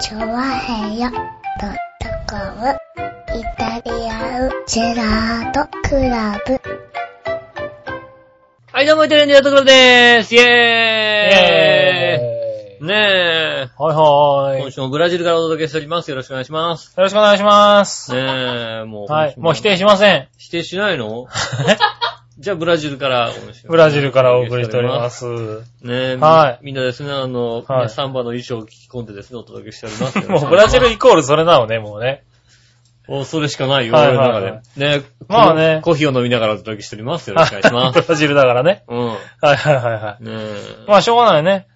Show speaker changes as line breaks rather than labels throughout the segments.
チョワヘヨドットコムイタリアンジェラートクラブ。
はい、どうも、イタリアンジェラートクラブでーすイェーイ
えー
ねえ、
はいはーい。
今
よ
週もブラジルからお届けしております。よろしくお願いします。
ろしくお願いします。
ねえ、もう。
はい。もう否定
し、
しません。
否定しない のじゃあ、ブラジルから、
ブラジルからお送りしておりま。す。も
ねえ、
はい
みんなですね、あの、
はい
サンバの衣装を着込んでですね、お届けしております。
うブラジルイコールそれなのね、もうね。
おそれしかないよ、
はい
俺の中
はい
で
は。
ねえ、
まあね
コーヒーを飲みながらお届けしております。よろしくお願いします。
ブラジルだからね。
うん。
はいはいはいは
ねえ
い。。まあ、しょうがないね。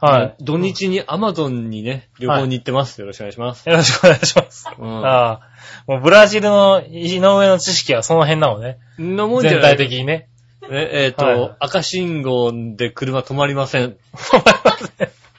は
土日にアマゾンにね、旅行に行ってます。よろしくお願いします。
い。よろしくお願いします。
うん。
ああ。もうブラジルの井上の知識はその辺なのね。
なもんじゃ
全
ない
体的にね。
ねえっ、と、
はい
赤信号で車止まりません。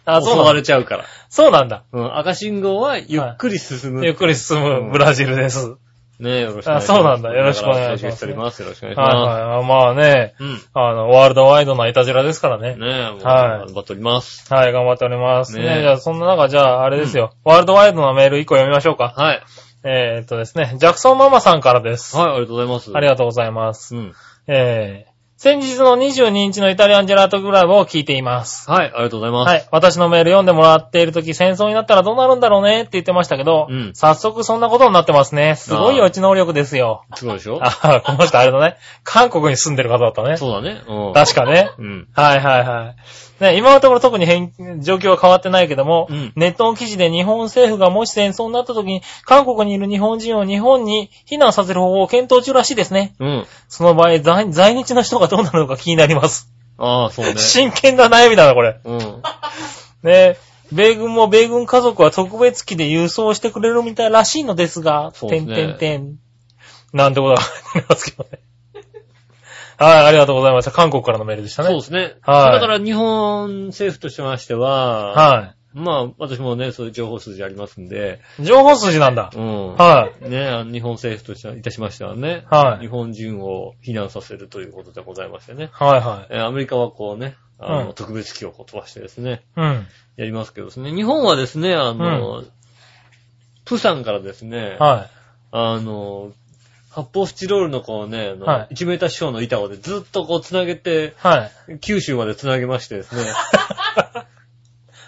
あ、
襲
そう
わ
なんだ。
れちゃうから。
そうなんだ。
うん、赤信号はゆっくり進む。
ゆっくり進むブラジルです。は
ねえ、よろしくお願いします。
あそうなんだよろしくお願いし
だからお届
ます
けしております。よろしくお願い
い
しま
はい。まあね、
す。うん。
あの、ワールドワイドないたじらですからね。
ねえ、もう、
はい
頑張っております。
はい、頑張っております。
ね
ね
え
じゃあ、そんな中、じゃあ、あれですよ。ワールドワイドのメール1個読みましょうか。
はい。
えー、っとですね、ジャクソンママさんからです。
はい、ありがとうございます。
ありがとうございます。
うん。
えー、先日の22日のイタリアンジェラートクラブを聞いています。
はい、ありがとうございます。
はい。私のメール読んでもらっているとき、戦争になったらどうなるんだろうねって言ってましたけど、
うん
早速そんなことになってますね。すごい予知能力ですよ。
すごいでしょ
あ この人あれだね。韓国に住んでる方だったね。
そうだね。うん。
確かね。
うん。
はいはいはい。ね、今のところ特に変状況は変わってないけども、
うん
ネットの記事で日本政府がもし戦争になった時に、韓国にいる日本人を日本に避難させる方法を検討中らしいですね。
うん。
その場合、在在日の人がどうなるのか気になります。
ああ、そうね。
真剣な悩みだな、これ。
うん。
ね、米軍も米軍家族は特別機で輸送してくれるみたいらしいのですが、
そうで
て
す
ん
ね
てんてん。なんてことがありますけどね。 はい、ありがとうございました。韓国からのメールでした
そうで
ね。
すね。
は
だ
い
から日本政府としましては、
は
まあ、私もね、そういう情報筋ありますんで、
い。情報筋なんだ。
うん。
はい。
ねあの日本政府としていたしましてはね、
は
日
い
本人を避難させるということでございましてね、
はいは
えーアメリカはこうね、あの、
うん
特別機をこう飛ばしてですね、
い。うん。
やりますけどですね、日本はですね、あの、プサンからですね、
は
あの、発泡スチロールのこうね、あの
はい
1メーター四方の板をね、ずっとこう繋げて
い。、はい。
九州まで繋げまして ですね、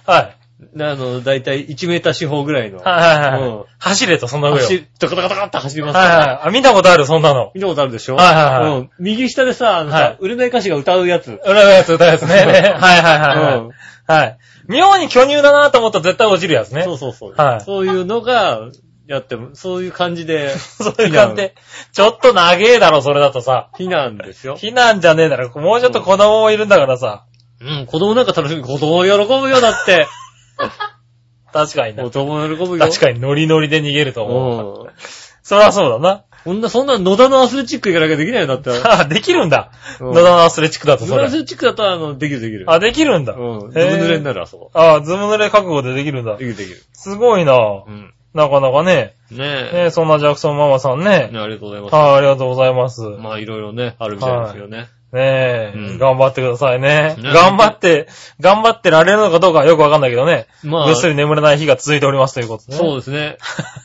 はい。
であの、だいたい1メーター四方ぐらいの、
はいはい
うん
はい。走れと、そんな上を。はい
走、ドカドカドカって走りますか
は
ら、
い。あ、見たことある、そんなの。
見たことあるでしょ
はいはいはい
うん。右下でさ、あのさ、
はい
売れない歌手が歌うやつ。
裏のやつ、歌うやつ ね。はいはいはい
うん
はい。はい。妙に巨乳だなと思ったら絶対落ちるやつね。
そうそうそう。
はい
そういうのが、やっても、そういう感じで、
そういう感じで。ちょっと長えだろ、それだとさ。
避難ですよ。
避難じゃねえだろ。もうちょっと子供もいるんだからさ。
うん、子供なんか楽しみ、子供喜ぶよ、だって。
確かに な
子。供喜ぶよ。
確かにノリノリで逃げると思う。
うん。
そりゃそうだな。
こんな、そんな野田のアスレチック行かなきゃできないよ、だって。 野
あ、できるんだ。
うん
野田のアスレチックだと
田
そ
のア
れ
ス。レチックだと、あの、できるできる。
あ、できるんだ。
うん。ずぶ
へえ
濡れになる、あそこ。
ああ、ズーム濡れ覚悟でできるんだ
で。きるできる。
すごいな
うん。
なかなかね。
ねえ。
ねそんなジャクソンママさんね。
ねありがとうございま
はい、ありがとうございます。
す。まあ、いろいろね、あるみたいですよね。
ねえ、
うん
頑張ってくださいね。
ね
頑張って、頑張ってられるのかどうかはよくわかんないけどね。
まあ、
ぐっすり眠れない日が続いておりますということね。
そう
う
です ね。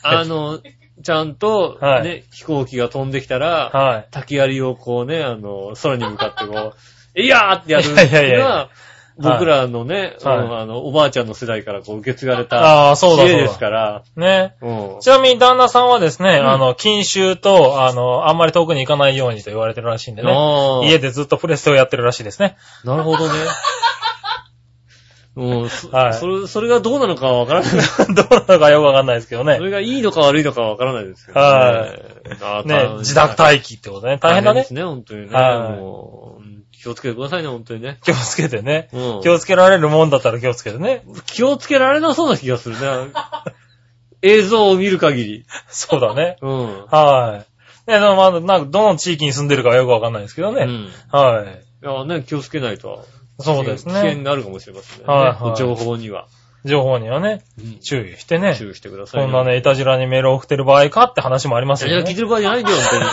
あの、ちゃんと、
はい
ね、飛行機が飛んできたら、
はい。
竹槍をこうね、あの、空に向かってこう、い やーってやるの
いやいやい
が
や、
僕らのね、
はい
うんあの、おばあちゃんの世代からこう受け継がれた
ああ、そう
知
だ
恵で
そ
す
うだ。
から、
ね。
うん
ちなみに旦那さんはですね、
ん
あの、禁酒と、あの、あんまり遠くに行かないようにと言われてるらしいんでね。
ああ
家でずっとプレステをやってるらしいです ね。
なるほどね。うん、そ
はい
それ、それがどうなのかはわからない。そ
どうなのかよくわかんないですけどね。
れがいいのか悪いのかはわからないですけど
は
あー
ね、自宅待機ってことね。大変だ
で
ね
す。ね、本当にね。
はい
もううん気をつけてくださいね、本当にね。
気をつけてね。
うん
気をつけられるもんだったら気をつけてね。
気をつけられなそうな気がするね。 映像を見る限り。
そうだね。
うん。
はい。ね、でもまあ、なんかどの地域に住んでるかはよくわかんないですけど
う
ね。
ん。
はい。
いやね、気をつけないと。
そうです
危険
ね。
があるかもしれませんね。
はいはい
情報には。
情報にはね、
うん
注意してね。
注意してください。
こんな。ね、いたじらにメールを送ってる場合かって話もありま
い
す
やいや、
よ
聞い
ね。
てる場合じゃないんだよ、 本当に。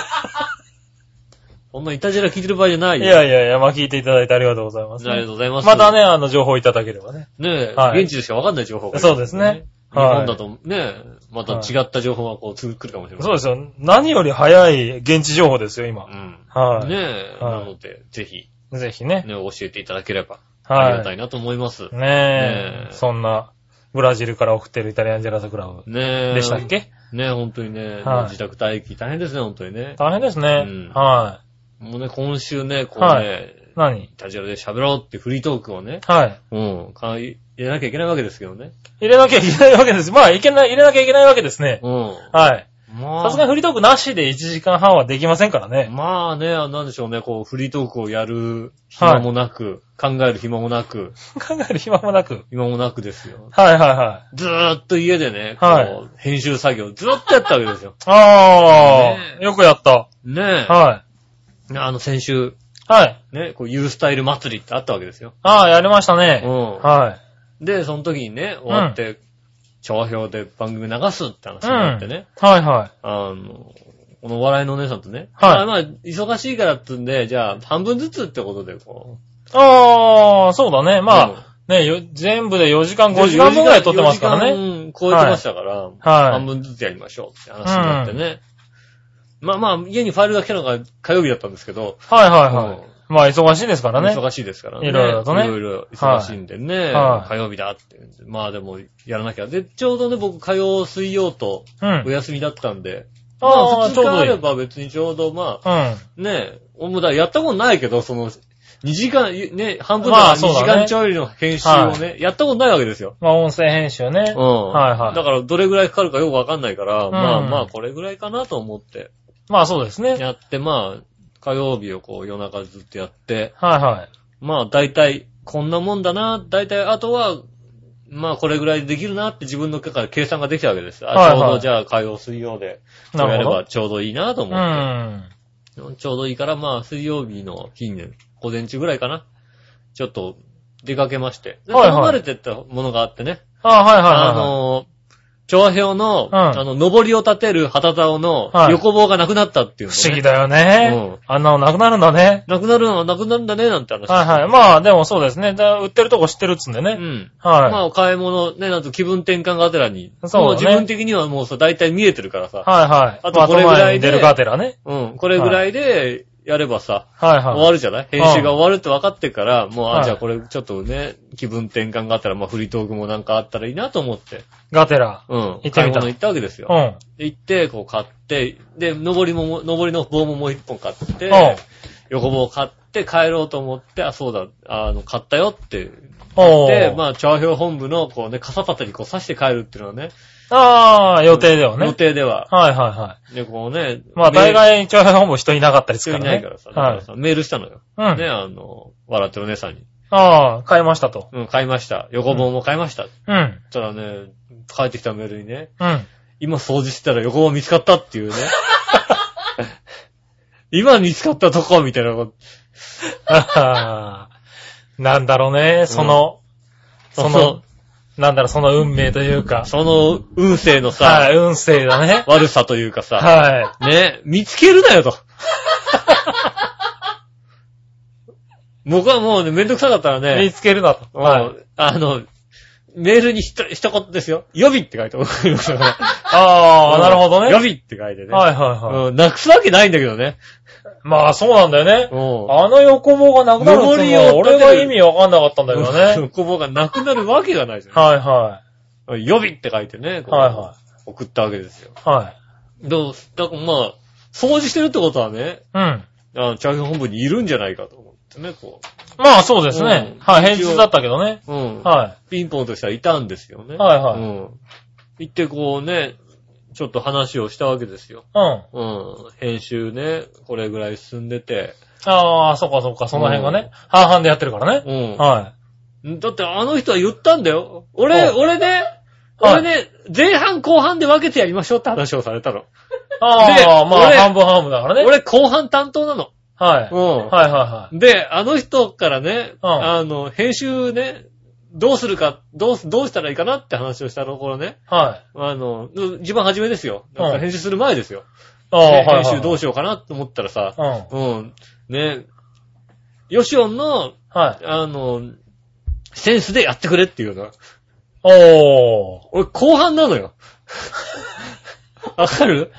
こんないたじら聞いてる場合じゃない
い
よ。
やいやいや、まあ聞いていただいてありがとうございます
ありがと
ね。
うございます。
またね、あの、情報いただければね。
ねえ、
はい
現地でしかわかんない情報が。
そうですね。。
日本だとね、また違った情報がこう、来るかもしれませ。
そうんですよ。何より早い現地情報ですよ、今。
うん。
はい。
ねえ、
はい
なので、ぜひ、
ぜひね。
ね、教えていただければ、ありが
は
たい
い。
なと思います。ね
ね
ね
え。
え
そんな、ブラジルから送ってるイタリアンジェラートクラブ
え。
でしたっけ
ねえ、本当にね、
はい
自宅待機大変ですね、本当にね。
大変ですね
うん。
は
もうね、今週ね、こう
は
ね、
い。何
イタジラで喋ろうってフリートークをね、
はい。
うん、か入れなきゃいけないわけですけどね。
入れなきゃいけないわけです。まあ、いけない、入れなきゃいけないわけですね。
うん。
はい。
まあ、
さすがにフリートークなしで1時間半はできませんからね。
まあね、なんでしょうね、こう、フリートークをやる暇もなく、考える暇もなく、
考える暇もなく。
暇もなくですよ。
はいはいはい。
ずーっと家でね、こう、
はい
編集作業ずーっとやったわけですよ。
あ
ね
あ、よくやった。
ね
は
え、あの先週、
い。はい。
ね、こう、ユースタイル祭りってあったわけですよ。
ああ、やりました
う
ね。
ん。
は
で、その時にね、終わって、長評で番組流すって話になってね、
い。はいは
あの、このお笑いのお姉さんとね、
はい
まあまあ、忙しいからってんで、じゃあ、半分ずつってことで、こう。
い。ああ、そうだね。
うん
まあ、ね、よ全部で4時間5時間分ぐらい撮ってますからね。
4時間超えてましたから、半
は
分ずつやりましょうって話になってね。まあまあ、家にファイルが来たのが火曜日だったんですけど、
い。はいはいはい。まあ、忙しいですからね。
忙しいですからね。
いろいろとね
いろいろ忙しいんでね、
はい
火曜日だって。まあでも、やらなきゃ。で、ちょうどね、僕、火曜、水曜と
う
お
ん。
休みだったんで、ま
あ
あ、
あ、
2
ちょう
日
ど
あ
いい。う
れ
ん。
ば別にちょうど、まあ、
はい
ねえ、おもだやったことないけど、その、2時間、ね、半分だ
ま
か
あ
ら2
そうだ
時
ね
間ちょいの編集をね、やったことないわけですよ。
まあ、音声編集ね
う。ん。
はいはい
だから、どれぐらいかかるかよくわかんないから、
ん
まあまあ、これぐらいかなと思って、
まあ、そうですね。はい
やって、まあ、火曜日をこう、夜中ずっとやって、
はい。
まあ、大体、こんなもんだな、大体、あとは、まあ、これぐらいできるなって自分のから計算ができたわけです。
はいはい
あちょうど、じゃあ、火曜、水曜で、こ
な
うや
る
れ
ほ
ば
ど。
ちょうどいいなと思
う
って。
ん。
ちょうどいいから、まあ、水曜日の近年、午前中ぐらいかな。ちょっと、出かけまして。で
はいはい
頼まれてったものがあってね。
ああ、はい
あ
はいはい。
のー、長編の、
うん
あの、上りを立てる旗竿の
はい
横棒がなくなったっていうの、
不思議
だ。
だよね。あんなのなくなるんだね。
なくなるのはなくなるんだね、なんて話。
はいはい。まあ、でもそうですね。だ売ってるとこ知ってるっつうんで
う
ね。
ん。ま
は
あ、買い物、ね、なんと気分転換がてらに。
そう
もう
ね
自分的にはもうさ、大体見えてるから
い。
さ。
はいはい。
あとこれぐらいで
まあ後前に出るカテラね。
うん。これぐらいで、やればさ、
はいはい。
終わるじゃない編集が終わるって分かってから、もう、
は
あ、
い
じゃあこれちょっとね、気分転換があったら、まあフリートークもなんかあったらいいなと思って、
ガテラ。
うん。
ってみた
買い物行ったわけですよ。
うん。
で行って、こう買って、で、登りもも、登りの棒ももう一本買って、
うん
横棒買って帰ろうと思って、あ、そうだ、あの、買ったよって。
お
で、
ー。
まあ、調票本部の、こうね、傘立てにこう刺して帰るっていうのはね、
ああ、予定ではね。
予定では。
はいはいは
で、こうね、
い。まあ、
メール
大概、長編本部人いなかったです
人
から
いな
ね。
いからさ、だから
はい。
さメールしたのよ。
うん。
ね、あの、笑ってるお姉さんに。
ああ、買いましたと。
うん、買いました。横棒も買いました。
うん。
そしたらね、帰ってきたメールにね、
うん。
今掃除してたら横棒見つかったっていうね。今見つかったとこみたいなこと。
あははなんだろうね、その、その、なんだろう、その運命というか。
その運勢のさ、
はい、運勢だね。
悪さというかさ、
は
ね、見つけるなよ と。僕はもうね、めんどくさかったら
い。見
ね、
つけるなと。
もう
はい。
あの、メールにひと一言ですよ。予備って書いておくよ。
ああ、なるほどね。
予
はい
備って書いてね。
はいは
うんなくすわけないんだけどね。
い。まあ、そうなんだよね。
うん。
あの横棒がなくなるっていうの
登
は、
りを
俺
立てる
が意味わかんなかったんだけどね。は い
こぼがなくなるわけがないじゃ
は
ん。予備って書いてね、
い。
こう
はいは
送ったわけですよ。
い。はい。
どうだからまあ、掃除してるってことはね、
うん。
あの、チャー本部にいるんじゃないかと思ってね、こ
まあそうですね
うん。
はい、平
一応
日だったけどね。
う。うん。
は
ピンポンとしたらいたんですよね。
い。はい
い。う
はい。
ん。行ってこうね、ちょっと話をしたわけですよ。
うん。
うん。編集ね、これぐらい進んでて。
ああ、そっかそっか、その辺が
う
ね。半々でやってるから
う
ね。
ん。
は
だってあの人は言ったんだよ。俺、
うん
俺ね、
はい
俺ね、前半後半で分けてやりましょうって話をされたの。
い。ああ、まあ
俺
半分半分だからね。
俺後半担当なの。
はい。
う
はい
ん。
はいはい。
で、あの人からね、
うん
あの、編集ね、どうするか、どうす、どうしたらいいかなって話をしたところね、
はい。
あの、一番初めですよ。だから
うん
編集する前ですよ。
ああ、は
で
いはい。
編集どう
し
しようかなと思ったらさ
う、ん。はい。
うん、ね、ヨシオンの、あの、センスでやってくれっていうの。
お
俺後半なのよ。わかる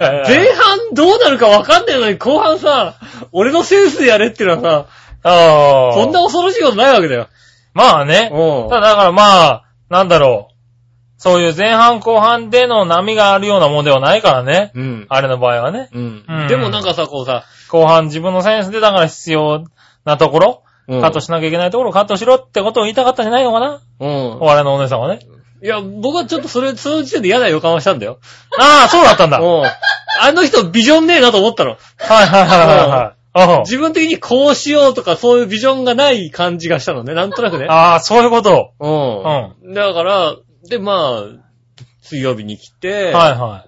前半どうなるかわかんないのに後半さ、俺のセンスでやれっていうのは
ああ。
さ、そんな恐ろしいことないわけだよ。
まあね。
うん。
ただだからまあ、なんだろう。そういう前半後半での波があるようなものではないからね。
うん。
あれの場合はね。
うん
うん。
でもなんかさ、こうさ、
後半自分のセンスでだから必要なところ、
うん
カットしなきゃいけないところをカットしろってことを言いたかったんじゃないのかな
うん
お。笑いのお姉さんはね。
いや、僕はちょっとそれ、その時点で嫌な予感はしたんだよ。
ああ、そうだったんだ。はい
うん。あの人ビジョンねえなと思ったの。
はいはいはいはい。
自分的にこうしようとかそういうビジョンがない感じがしたのね、なんとなくね
うん。ああ、そういうこと。
うん。だから、で、まあ、水曜日に来て、
はいは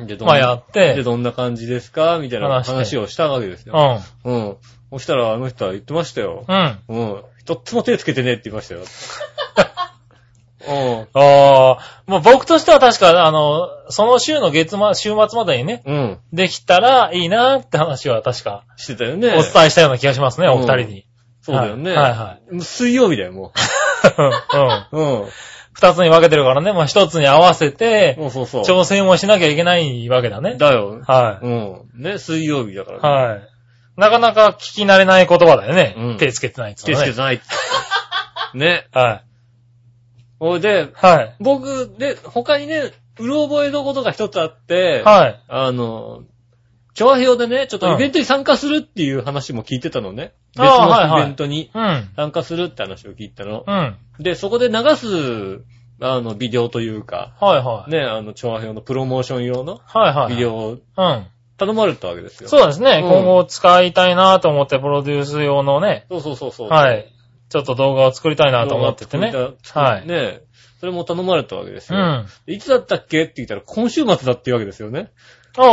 で、
い。
どん
まあや
な、
っ
で、
て、
どんな感じですかみたいな
話して
話をしたわけです
う
よ。
ん。
うん。そしたら、あの人は言ってましたよ。
うん。あ
うん。一つも手つけてねえって言いました よ。うん。
あ、もう僕としては確か、あの、その週の月末、週末までにね、
うん。
できたらいいなって話は確か、
してたよ
お
ね。
伝えしたような気がしますね、
うん
お二人に。
そうだよね。
はいは
水曜日だよ、も
うん。
う。うん。
二つに分けてるからね、まあ一つに合わせて、
そうそうそう。
調整もしなきゃいけないわけだね。
だよ。
は
うん。ね、水曜日だか
い。
ら。い。
はい。なかなか聞き慣れない言葉だよね。
うん
手つけてないっつう
手
の
つ
は
け
ね。
て ない。ね。
はい。
ほいで、
はい。
僕、で、他にね、うろ覚えのことが一つあって、
はい。
あの、調和表でね、ちょっとイベントに参加するっていう話も聞いてたのね。
うん
別
あーはい
の
はい
イベントに
うん。
参加するって話を聞いたの。
うん。はい
で、そこで流す、あの、ビデオというか、
はい。
ね、あの、調和表のプロモーション用の
はいはい。
ビデオを
うん。
頼まれたわけですよ。
そうですね。
うん
今後使いたいなと思って、プロデュース用のね、
そうそうそうそう。
はい。ちょっと動画を作りたいなと思っててね。
動画作った
はい
ねえそれも頼まれたわけです
う
よ。
ん。
いつだったっけって言ったら、今週末だっていうわけですよね。
お
う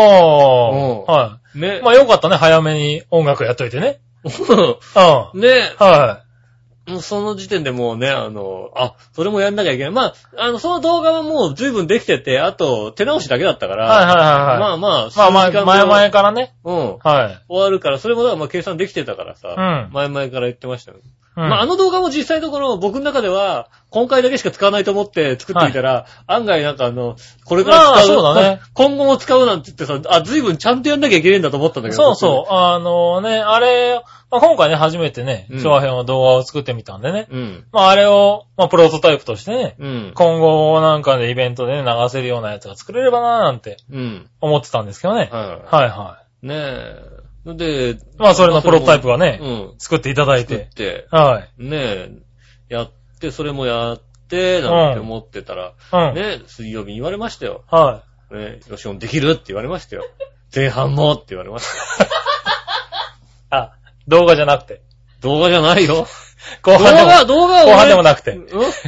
ん
ー。は
ね
い。。まあよかったね、早めに音楽やっといてね。うん。
ねえ
は
もうその時点でもうね、あの、あ、それもやんなきゃいけない。まあ、あの、その動画はもう随分できてて、あと、手直しだけだったか
い。
ら、
はいはいはい
ま
は
あまあ、
い。まあまあ、
数時間
前
後
々からね。
うん。
は
終わるから、それもだからまあ計算できてたから
い。う
さ、
ん。
前々から言ってましたよ。
うん
まあ、あの動画も実際のところ、僕の中では、今回だけしか使わないと思って作ってみたら、案外なんかあの、これからい使う、
まあそうだね
今後も使うなんて言ってさ、あ、随分ちゃんとやんなきゃいけねえんだと思ったんだけど。
そうそう。あのね、あれ、まあ、今回ね、初めてね
うん、
昭和編の動画を作ってみたんでね。
う。うん。
まあ、あれを、まあ、プロトタイプとしてね、
うん。
今後なんかでイベントでね、流せるようなやつが作れればなーなんて
うん。
思ってたんですけどね。
は
はいは
ねえ。ので、
い。まあ、それのプロトタイプが
う
ね、
ん。
作っていただい。
作ってて、
はい。
ねえ、やって、それもやって、なんて思ってたら、
うん。
ねえ、水曜日に言われましたよ。
は
ねえ、よしおんできるって言われましたよ。前半もって言われましたよ。
い。あ、動画じゃなくて。
動画じゃないよ。
後
動
半でも、
画、動画は
後半でも
な
なくて。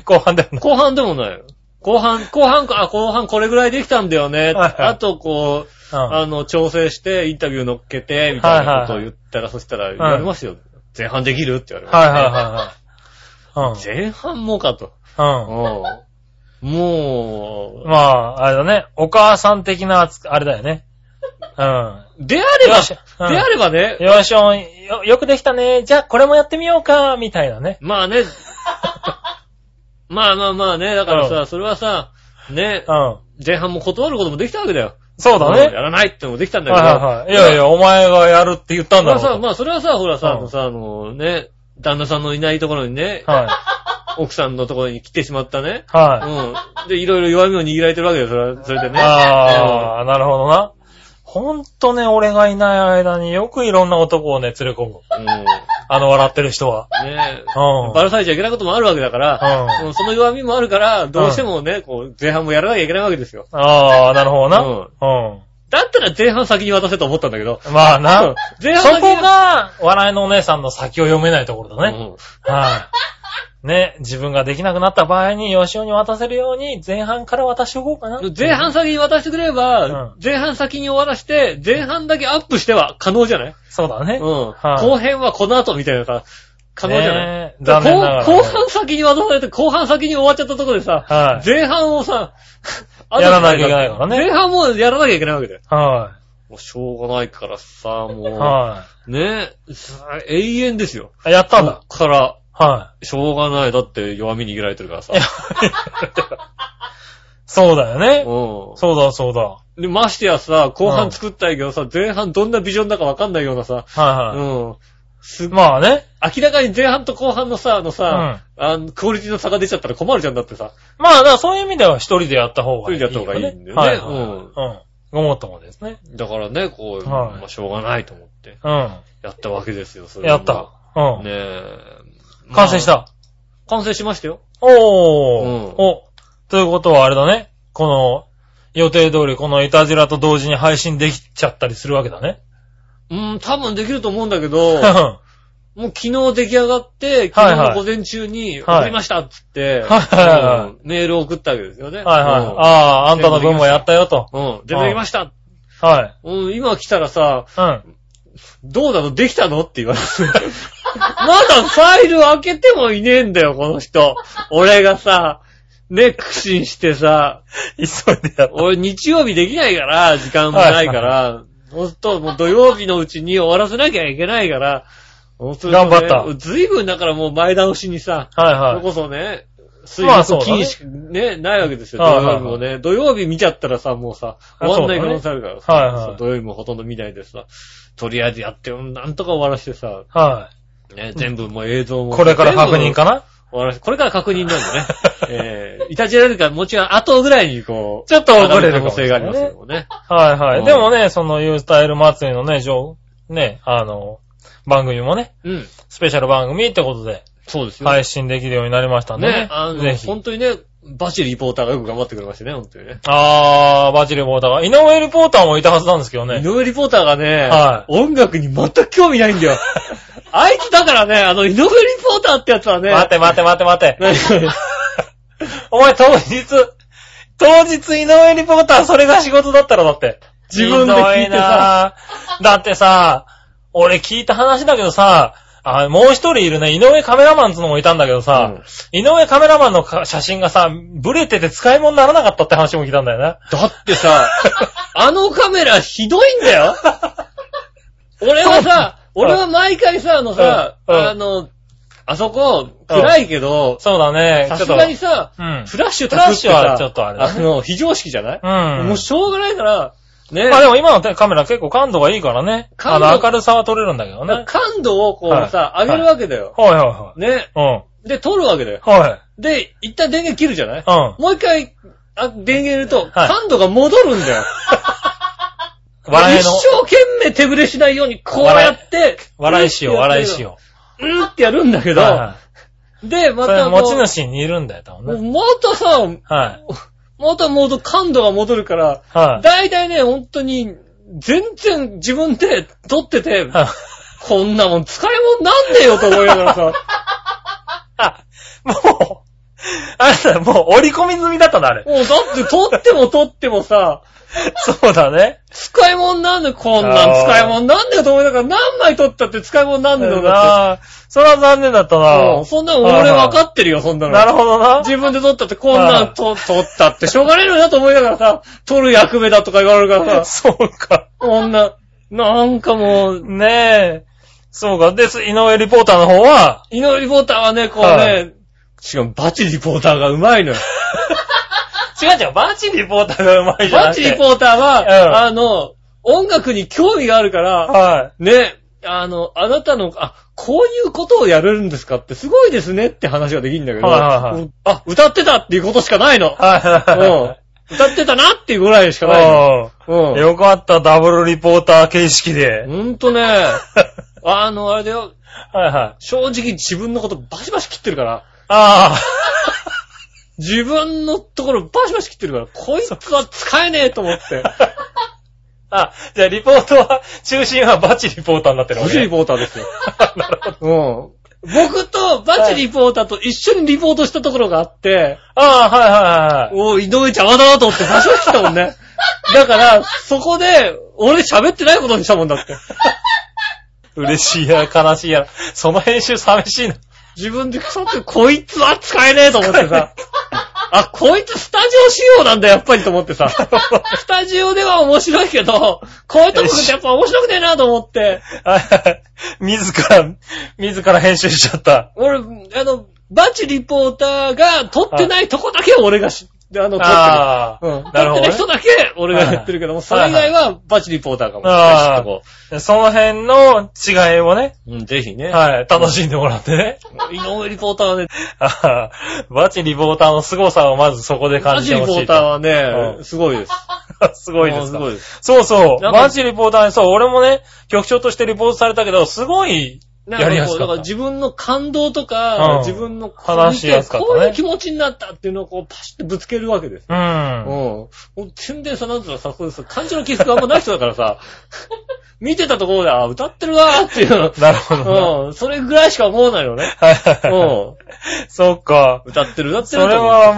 後半でもなく
後半でもないよ。後半、後半か、あ、後半これぐらいできたんだよね。
はいはい
あと、こう、
うん
あの、調整して、インタビュー乗っけて、みたいなことを言ったら、そしたら、言われますよ。前半できるって言われま
はい
したね、
はいはいはい。
前半もかと。
うん。うん。
うんも
まあ、あれだね。お母さん的な扱、あれだよね。うん。
う、であれ
よし
ば、
うん
であればね、
よいしょ、よ、よくできたね。じゃあ、これもやってみようか、みたいなね。
まあね、まあまあまあね、だから
う
さ、それはさ、ね
う、ん。
前半も断ることもできたわけだよ。
そうだ
んや
ね。
らないってのもできたんだけど。
はいはいはい。いやいや、お前がやるって言ったん
ま
だ
あ
ろう
さ、
と。
まあそれはさ、ほらさ、
うん
あのさ、あのね、旦那さんのいないところにね、
は
奥さんのところに来てしまったね。
い。は
う
い。
ん。で、いろいろ弱みを握られてるわけですよ、それそれでね。
ああ、なるほどな。ほんとね、俺がいない間によくいろんな男をね、連れ込む。
うん。
あの笑ってる人は。
ね
うん。
バラされちゃいけないこともあるわけだから、
うん
うんその弱みもあるから、どうしてもね、こう、前半もやらなきゃいけないわけですよ。
ああ、なるほどな。
う
うん。
だったら前半先に渡せと思ったんだけど。
まあ
うん
な。
前
そ
半先に
こが、笑いのお姉さんの先を読めないところだね。はい。ね、自分ができなくなった場合に、吉尾に渡せるように、前半から渡しておこうかな。
うん前半先に渡してくれれば、
う
前半先に終わらして、前半だけアップしては可能じゃない
そうだね。
うん。
はい
後編はこの後みたいなさ、可能じゃない、
ね残念ながらね。
後後半先に渡されて、後半先に終わっちゃったところでさ、
はい。
前半をさ、後
やらなきゃいけないからね
前半もやらなきゃいけないわけだよ。
は
もうしょうがないからさ、
い。
も
は
う、ねえ、さ永遠ですよ。
い。やったん
こ
だ。
っから、
は
しょうがない。だって弱み握られてるからさ
い。い。やそうだよね。
う
そうだ、そうだ。は
ん。で、ましてやさ、後半作ったけどさ、前半どんなビジョンだかわかんないようなさ、
いは
うん。
い。まあね。
明らかに前半と後半のさ、あのさ、あのクオリティの差が出ちゃったら困るじゃんだってさ、
まあ、だからそういう意味では一人でやった方がいい、
一人でやった方がいいんだよね
はいはいはいうん。ごもっともですね。
だからね、こう、
はい
まあしょうがないと思って、
うん。
やったわけですよ、それ
や
は
った。
ね
うん。
え。
完成し
まあ。
た。
完成しましたよ。
おー、
うん
お。ということはあれだね。この、予定通りこのイタジラと同時に配信できちゃったりするわけだね。
うん、多分できると思うんだけ ど、
は
もう昨日出来上がって、昨
はい
日
はい
の午前中に、
はい
送りましたっつって、
はいはいはい
うんメールを送ったわけですよね。
いはい。
い。
ああー、あんたの分もやったよと。
うん、全部できました。
はい。
うん、今来たらさ、
うん。
どうなのできたのって言われて。 まだファイル開けてもいねえんだよ、この人。俺がさ、ね、苦心してさ、
急いでやっ
俺日曜日できないから、時間もないから、そうするともう土曜日のうちに終わらせなきゃいけないから、そうするとね
頑張った
ずいぶんだからもう前倒しにさ、
た。
それ
はいはい。
こそね、水
まあそう
木
だね
金しかね、ないわけですよ、
は
土
いはいは
曜
い
日もね。土曜日見ちゃったらさ、もうさ、
あ
終わんない可能性あるからさ、
そうだねはいはい
そう土曜日もほとんど見ないでさ、とりあえずやって、うんなんとか終わらしてさ、
は
ね、全部もう映像
い。
も。
これから確認かな
全部終わらせこれから確認なん でね。えー、いたじられるか、もちろん後ぐらいにこう、
ちょっと遅れる
可
かも
能
しれ
性が
な
あ
い
りますけどもね。
はいは
うん
い。でもね、そのユースタイル祭りのね、上、ね、あの、番組もね、
うん。
スペシャル番組ってことで
そうですよ。
配信できるようになりましたんで
ね
ね、。
あの
ぜ、ひ。
本当にね、バチリポーターがよく頑張ってくれましたね、本当にね。
あー、バチリポーターが。井上リポーターもいたはずなんですけど
井
ね。
上リポーターがね、
は
音楽に全く興味ないん だよ。あいつだからね、あの、井上リポーターってやつはね、
待て待て待て待て。
何
お前当日、当日井上リポーターそれが仕事だったらだって。
自分で聞い
ひ
て
ど
さ、
なだってさ、俺聞いた話だけどさ、あもう一人いるね、井上カメラマンつのもいたんだけどさ、
うん
井上カメラマンのか写真がさ、ブレてて使い物にならなかったって話も聞いたんだよね。
だって さ、あのカメラひどいんだよ。俺はさ、
うん
俺は毎回さ、あのさ、
うんうん
あの、あそこ、暗いけど、
そうだね、
さ
ち
す
ょっと。
がにさ、
うん。
フラッシュ足すって
フラ
さ
ッシュはちょっとあれだ
あ
ね
の、非常識じゃない
うん。
もうしょうがないから、ね
まあ、でも今のカメラ結構感度がいいからね。あ
感度
の、明るさは撮れるんだけど ね。はい
感度をこうさ、
はい
上げるわけだよ。
はいは
ね。
い。うん。
で、撮るわけだよ。
はい。
で、一旦電源切るじゃない
うん。
もう一回、あ、電源入れると、
はい
感度が戻るんだよ。
笑いの
一、生懸命手ぶれしないように、こうやって、
笑いしよう、笑いしよ
う。うんってやるんだけ
う。
ど、
はいはい
で、ま
それ
た
持ち
こ
主にいるんだよ、多
う、もう
分ね。
またさ、
はい。
また戻る、感度が戻るから、
はい。
だいたいね、本当に、全然自分で撮ってて、
はい
こんなもん使い物になんねえよと思いながらさ、
あ、 もう、あれだ、もう折り込み済みだったんだ、あれ。
もうだって撮っても撮ってもさ、
そうだね。
使い物になんねえ、こんなん使い物になんねえよと思いながら、何枚撮ったって使い物になんねえのだって。
ああ、それは残念だった
うん
な。
そんなの俺分かってるよ、そんなの。
なるほどな。
自分で撮ったってこんな
は
ん
い
と撮ったってしょうがねえのなと思いながらさ、撮る役目だとか言われるから さ、
そうか。
こんな、なんかもう、
ねえ。そうか。で、す井上リポーターの方は、
井上リポーターはね、こう
は
ね、しかもバチリポーターがう まいのよ。
違う違う、バチリポーターがうまいじゃん。
バチリポーター
うん
は、あの、音楽に興味があるから、
は
ね、あの、あなたの、あ、こういうことをやれるんですかってすごいですねって話ができるんだけど、
はいはいは
うあ、歌ってたっていうことしかないの
い。。はいは
う
いはい
ん
はい。
歌ってたなっていうぐらいしかないの。
お
うん
ーよかった、ダブルリポーター形式で。
ほんとね、 あの、あれだよ、
はいはい。
正直自分のことバシバシ切ってるから、
あ
自分のところバシバシ切ってるから、こいつは使えねえと思 って、
あ。あ、じゃあリポートは、中心はバチリポーターになって
バ
るわけ
チ
ね
リポーターですよ。 うん。僕とバチリポーターと一緒にリポートしたところがあって、
ああ、はいはいはいはい。
おい、井上邪魔だなと思ってバシバシ切ったもんね。だから、そこで、俺喋ってないことにしたもんだって。
嬉しいやら悲しいやら。その編集寂しいな。
自分で腐って、こいつは使えねえと思ってさ。あ、こいつスタジオ仕様なんだ、やっぱりと思ってさ。スタジオでは面白いけど、こういうとこってやっぱ面白くねえなと思って。
はいはい自ら、自ら編集しちゃった。
俺、あの、バチリポーターが撮ってないとこだけを俺がしで、あの、撮って
あ
る。うん。
なるほ
撮っ
どね
てる人だけ俺がやってるけども、それ以外はバチリポーターかもしれ
あ
な
あ
い。ちょっとこ
あ、その辺の違いをね、
ううん、ぜひね。
はい、楽しんでもらってね。
井上リポーターはね、
あーバチリポーターの凄さをまずそこで感
バ
じ
チリ
てほ
ポ
しい
ーター
と。
はね
う、ん
すごいです。す
すごいです
す
か
ごいです。
そうそう。
なんか
バチリポーターにそう、俺もね、局長としてリポートされたけど、すごい、
なんか
やりや
こ
す
う
か
だ
っ
から
た
自分の感動とか
う、ん
自分のこう
話しやすかったね
こういう気持ちになったっていうのをこうパシッとぶつけるわけです。
う
うん。
ん。
もう全然さ、なんつうのさ、そうです感情の起伏があんまない人だからさ、 見てたところで、あ、歌ってるわーっていう。
なるほどな。
うん。それぐらいしか思わないよね。
はいはいは
う
い。 そっか。
ん。歌ってる、歌って
そ
る。
れは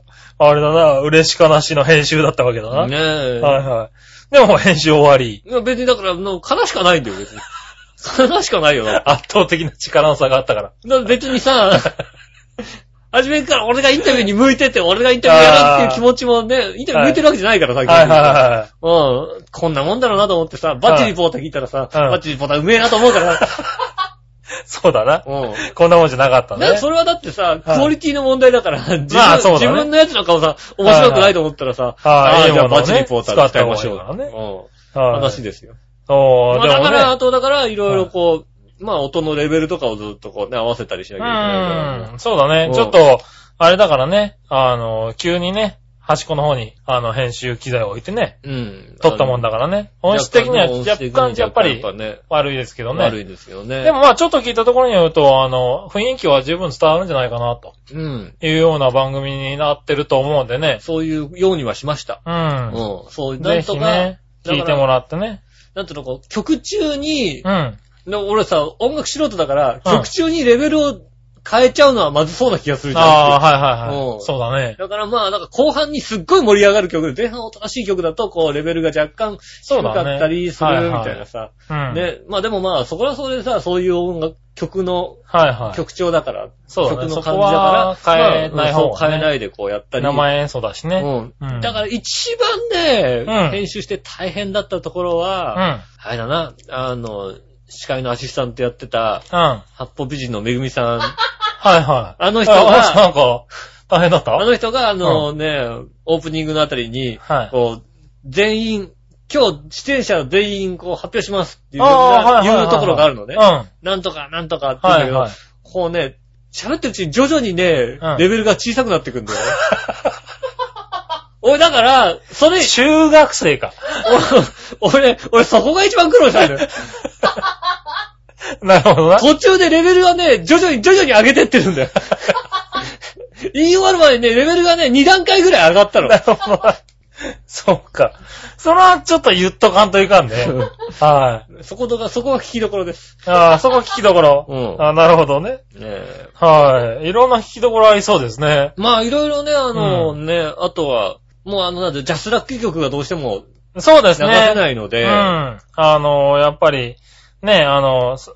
まあ、あれだな、嬉しかなしの編集だったわけだな。
ねえ。
はいはい。でも編集終わり。
いや、別にだから、の悲しかないんだよ、別に。悲しかないよ。だか
圧倒的な力の差があったから。
ら別に さ、初めから俺がインタビューに向いてて、俺がインタビューやるっていう気持ちもね、インタビュー向いてるわけじゃないから、さっきの
はいはいは
うん。こんなもんだろうなと思ってさ、バッチリポーター聞いたらさ、
うん
バッチリポーターうめえなと思う からさ、
い。そうだな。
うん。
こんなもんじゃなかった
だから
ね。
それはだってさ、クオリティの問題だから、自分,、
まあそうだね
自分のやつなんかもさ、面白くないと思ったらさ、
はいはい
ああじゃあ
はい
バッチリポーター使いましょう。
使った方がいいか
うん。
はい
話ですよ。
そう、
まあ、
で
だ
も
から、あ
ね。
と、だから、いろいろこう、まあ、音のレベルとかをずっとこうね、合わせたりしなきゃいけないから
うん。そうだね
う。ん
ちょっと、あれだからね、あの、急にね、端っこの方に、あの、編集機材を置いてね、。
うん。
撮ったもん
だ。
だからね。音質的には若干、やっぱり
やっぱね、
悪いですけど
悪
ね。
いですよね。
でも、まあ、ちょっと聞いたところによると、あの、雰囲気は十分伝わるんじゃないかな、と
うん。
いうような番組になってると思うんでね。
そういうようにはしました。
う。
うんん。そう、な
ぜ
んと
ひ
か
ね、、聞いてもらってね。
なんとかこう、曲中に、
うん。
でも俺さ、音楽素人だから、
うん
曲中にレベルを変えちゃうのはまずそうな気がするじゃん。
ああ、はいはいは
うん
い。そうだね。
だからまあ、なんか後半にすっごい盛り上がる曲で、前半おとなしい曲だと、こう、レベルが若干低
うだね
かったりするみたいなさ。
うん。
ね、まあでもまあ、そこらそれでさ、そういう音楽、曲の、
はいはい。
曲調だから、
そうだね
曲の
そ
感
こ
じだから
は、変え
まあ
ない方
そう変え
が
な
ね。
いでこうやったり。
名前演奏だしね。
うん
うん
だから一番ね、
うん
編集して大変だったところ
う
は、
ん。
あれだな、あの、司会のアシスタントやってた、
うん。
八方美人のめぐみ さん。
はいはい。
あの人が
ああなんか、大変だった
あの人が、あのね、オープニングのあたりに、
はい
こう、全員、今日、出演者全員、こう、発表しますっていう、
あーはいはいはい
言うところがあるの
う
ね
ん。。は
なんとか、なんとかって言うんだ
い
けど、
はい。
こうね、喋ってるうちに徐々にね、
うん
レベルが小さくなってくんだよね。 俺、だから、それ、
中学生か。
お俺、俺、そこが一番苦労したんだよ。
なるほどな。
途中でレベルはね、徐々に徐々に上げてってる んだよ。言い終わるまでね、レベルがね、2段階ぐらい上がったの
な。るほどな。 そうか。それはちょっと言っとかんといかんね。は
そことか、そこが聞きどころです。
い。ああ、そこ聞きどころ。
うん
あなるほどね。
ねえ
はい。いろんな聞きどころありそうですね。
まあ、いろいろね、あの、
う
ね、あとは、もうあの、なんで、ジャスラック曲がどうしても
そうで
流
す
せ
ね。
ないので、
うん。あの、やっぱり、ね、あの、そ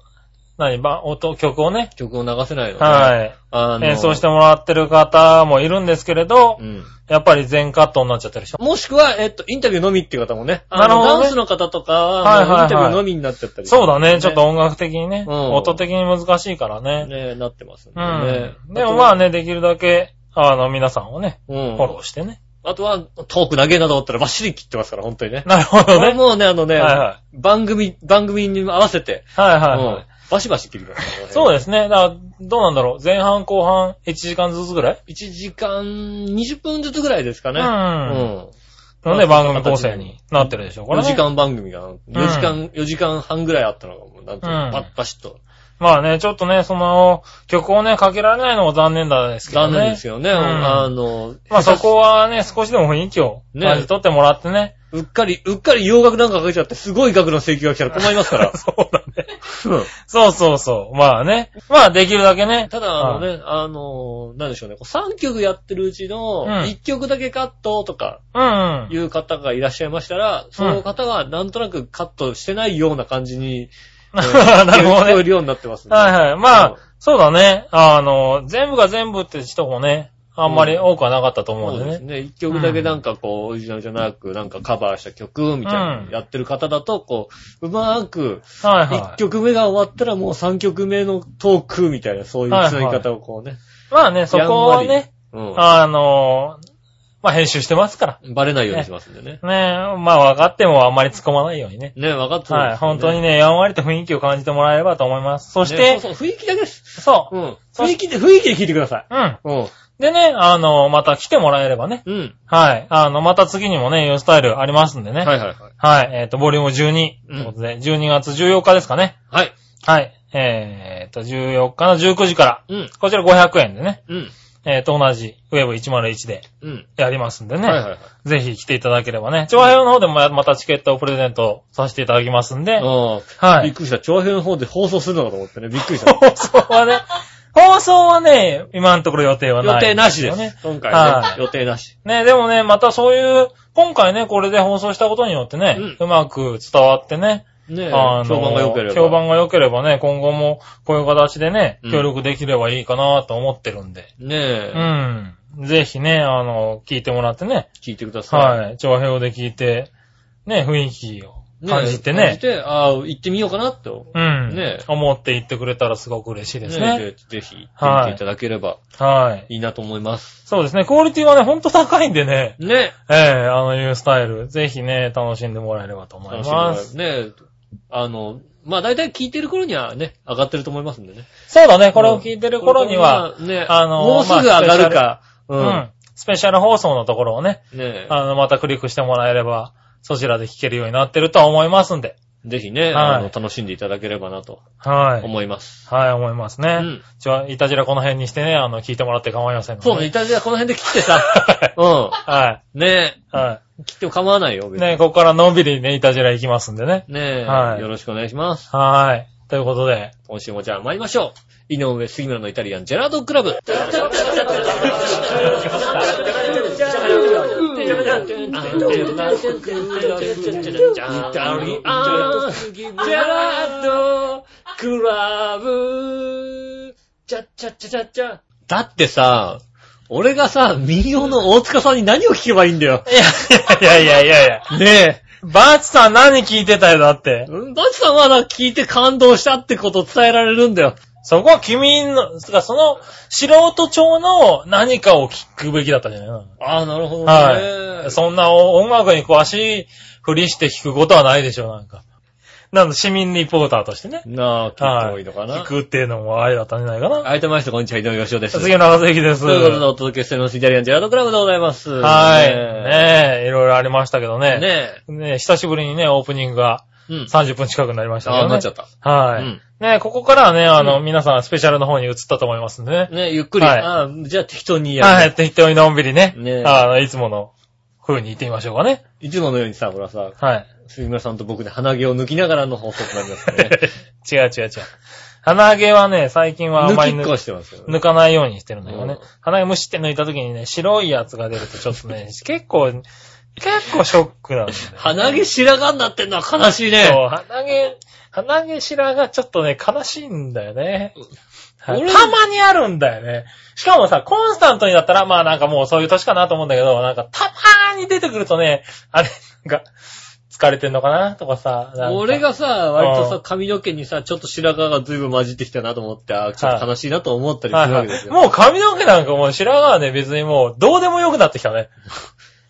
何、ば、音、曲をね、
曲を流せないので、
はい、
あの
演奏してもらってる方もいるんですけれど、
うん
やっぱり全カットになっちゃってるでしょ。
もしくは、えっと、インタビューのみっていう方もね、あ
なる
の
ほどね
ダンスの方とか
はいはいはい
インタビューのみになっちゃったり、
そうだね、ちょっと音楽的にね、
うん
音的に難しいからね。
ね、なってますんでね
うん。でもまあ
ね、
ね、できるだけ、あの、皆さんをね、
う
フ
ん
ォローしてね。
あとは、トーク長えなと思ったらバッシリ切ってますから、本当にね。
なるほど
これ
ね。
もうね、あのね、
はいは
番組、番組に合わせて、
はいはいは
うん
い。
バシバシ切ります、
そう
で
ですね。だから、どうなんだろう。前半、後半、1時間ずつぐらい
す。1時間20分ずつぐらいですか
う
ね。
ん。
うん
ので、番組構成になってるでしょ。これ
4
ね
時間番組が、4時間、4時間半ぐらいあったのが、もうなんと
う
か
ん
パッパシッと。
まあね、ちょっとね、その、曲をね、かけられないのも残念なんですけど
残
ね。
念ですよね。
うん
あの、
まあそこはね、少しでも雰囲気を
ね
感じ取ってもらっ てね。
うっかり、うっかり洋楽なんかかけちゃって、すごい額の請求が来たら困りますから。
そうだね。
うん
そうそうそう。まあね。まあできるだけね。
ただ、あのね、あの、なんでしょうね、こう3曲やってるうちの、
うん
1曲だけカットとか
うんうん。
いう方がいらっしゃいましたら、その方はなんとなくカットしてないような感じ に、えー
なるほど
聞こえ
ね。
るようになってますね。
はいは
う
い。ま
ん
あ、そうだね。あの、全部が全部って人もね、あんまり多くはなかったと思
そ
うん
う
で
です
ね。
ね。一曲だけなんかこう、オリジナルじゃなく、なんかカバーした曲みたいな
う
の
ん
やってる方だと、こう、うまーく、
はい
一
はい。
曲目が終わったらもう三曲目のトークみたいな、そういう
はいはい
繋ぎ方をこうね。
まあね、そこ
や
は
んわ
ね、
うん。
あの、まあ編集してますから。
バレないようにしますんでね。
ねえ、まあ分かってもあんまり突っ込まないようにね。
ね、分かって
はい、本当にね、やんわりと雰囲気を感じてもらえればと思います。そ
そ
して、
そうそう、雰囲気だけです。
そう
うん。
そ
雰
し
囲気で、雰囲気で聞いてください。
うん。
うん。
でね、あの、また来てもらえればね。
うん。
はい。あの、また次にもね、ヨスタイルありますんでね。。
はいいはいはい。
はい。えっ、と、ボリューム
う
12。
ん
ということで、12月14日ですかね。
はい。
はい。えっ、と、14日の19時から。
うん。
こちら500円でね。
うん。
えっ、と、同じ Web101 で
うん。
やりますんでね。
はいはいはい。
ぜひ来ていただければね。調和表の方でもままたチケットをプレゼントさせていただきますんで。
ああ、
は
びっ
い。
くりした。長編の方で放送するのかと思ってね。びっくりした。
放送はね、放送はね、今のところ予定はない、
予定なしで
ね
す。。今
は
回
い
ね。予定なし。
ね、でもね、またそういう、今回ね、これで放送したことによってね、う
う
まく伝わってね、
ねえ、
あの
評判が良ければ。
評。判が良ければね、今後もこういう形でね
う、ん
協力できればいいかなと思ってるんで、
ね
う
え、
ん。ぜひね、あの、聞いてもらってね、
聞いてください。
はい、長編で聞いて、ね、雰囲気を
ねえ
感じて
感
ね
じ、て、ああ、行ってみようかなって。
うん、
ねえ
思って言ってくれたらすごく嬉しいですね。
えぜぜひ、行ってみていただければ
はい。
いいなと思います。
そうですね、クオリティはね、ほんと高いんでね、
ね
ええあの、いうスタイル、ぜひね、楽しんでもらえればと思い
楽しみ
ま
だ
す。
ねあの、まあ大体聞いてる頃にはね、上がってると思いますんでね。
そうだね、これを聞いてる頃には、、
ね、
あの
もうすぐ上がるか、
うん、スペシャル放送のところをね、
うん。ね
あの、またクリックしてもらえれば、そちらで聞けるようになってるとは思いますんで、
ぜひね、
はい
あの、楽しんでいただければなと
はい。
思います。
はい、思いますね。
うん
じゃあ、いたじらこの辺にしてね、あの、聞いてもらって構いませんので。
そうね、いたじらこの辺で切って さ、
は
うん。ね
い、は
切っても構わないよ、
い。
別に
ね、ここからのんびりね、いたじら行きますんでね。
ねえ、
はい
よろしくお願いします。
はい。ということで、
今週もじゃあ参りましょう。井上杉村のイタリアンジェラードクラブ。だってさ、俺がさ、民謡の大塚さんに何を聞けばいいんだよ。
いやいやいやいやいや。
ね
バーチさん何聞いてたよ、だって
え。。うんバチさんはな、聞いて感動したってことを伝えられるんだよ。
そこは君の、つかその、素人調の何かを聞くべきだったんじゃないの
ああ、なるほどね。
はい。そんなお音楽に詳しいふりして聞くことはないでしょう、なんか。なんで市民リポーターとしてね。
なあ、聞いた方がいいのかな。
聞くっていうのもあれだったんじゃないかな。
改めまして、こんにちは、井上義雄です。
杉村和之です。
ということで、お届けしております、イタリアンジェラートクラブでございます。
はい。
ね
ねえ、いろいろありましたけど
え。
ね。
ね
ねえ、久しぶりにね、オープニングが
え。うん。
30分近くになりましたけ
あ
ど
あ、
ね。
なっちゃった。
た。は
う
い
ん。
ねえ、ここからはね、あの、皆さんスペシャルの方に移ったと思いますんでね。
ねえ、ゆっくり。
はい
ああ、じゃあ適当にやる。
はい、適当にのんびりね。
ねえ
あの、いつもの風に行ってみましょうかね。
いつものようにさ、ほらさ、
はい。
杉村さんと僕で鼻毛を抜きながらの放送となりますからね。
違う違う違う。鼻毛はね、最近はあま
抜
り
きっこ
抜
してますよね。
抜かないようにしてるんだけどね。
うん
鼻毛むしって抜いた時にね、白いやつが出るとちょっ とね、結構、結構ショックなんだよね。
鼻毛白髪になってんのは悲しい ね。
そう、鼻毛、鼻毛白がちょっとね、悲しいんだよね。はい
俺
たまにあるんだよね。しかもさ、コンスタントにだったら、まあなんかもうそういう年かなと思うんだけど、なんかたまーに出てくるとね、あれ、なんか、疲れてんのかなとかさ。なんか
俺がさ、割と
う
さ、
ん
髪の毛にさ、ちょっと白髪が随分混じってきたなと思って、ああ、ちょっと悲しいなと思ったりす
はい
る
は
わけです
い。
よ。
もう髪の毛なんかもう白髪はね、別にもうどうでもよくなってきたね。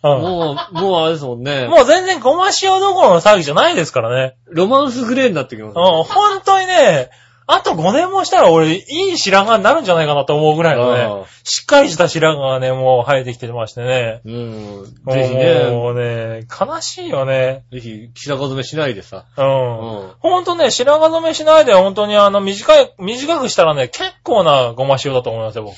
うん
もう、もうあれですもんね。
もう全然ごま塩どころの騒ぎじゃないですからね。
ロマンスグレーになってきます
うん、。本当にね、あと5年もしたら俺、いい白髪になるんじゃないかなと思うぐらいの
あ
ね
あ、
しっかりした白髪がね、もう生えてきてましてね。
うん。ぜひね、
もうね、悲しいよね。
ぜひ、白髪染めしないでさ。
うん。
うん。
ほんとね、白髪染めしないで、ほんとにあの、短い、短くしたらね、結構なごま塩だと思います よ、僕。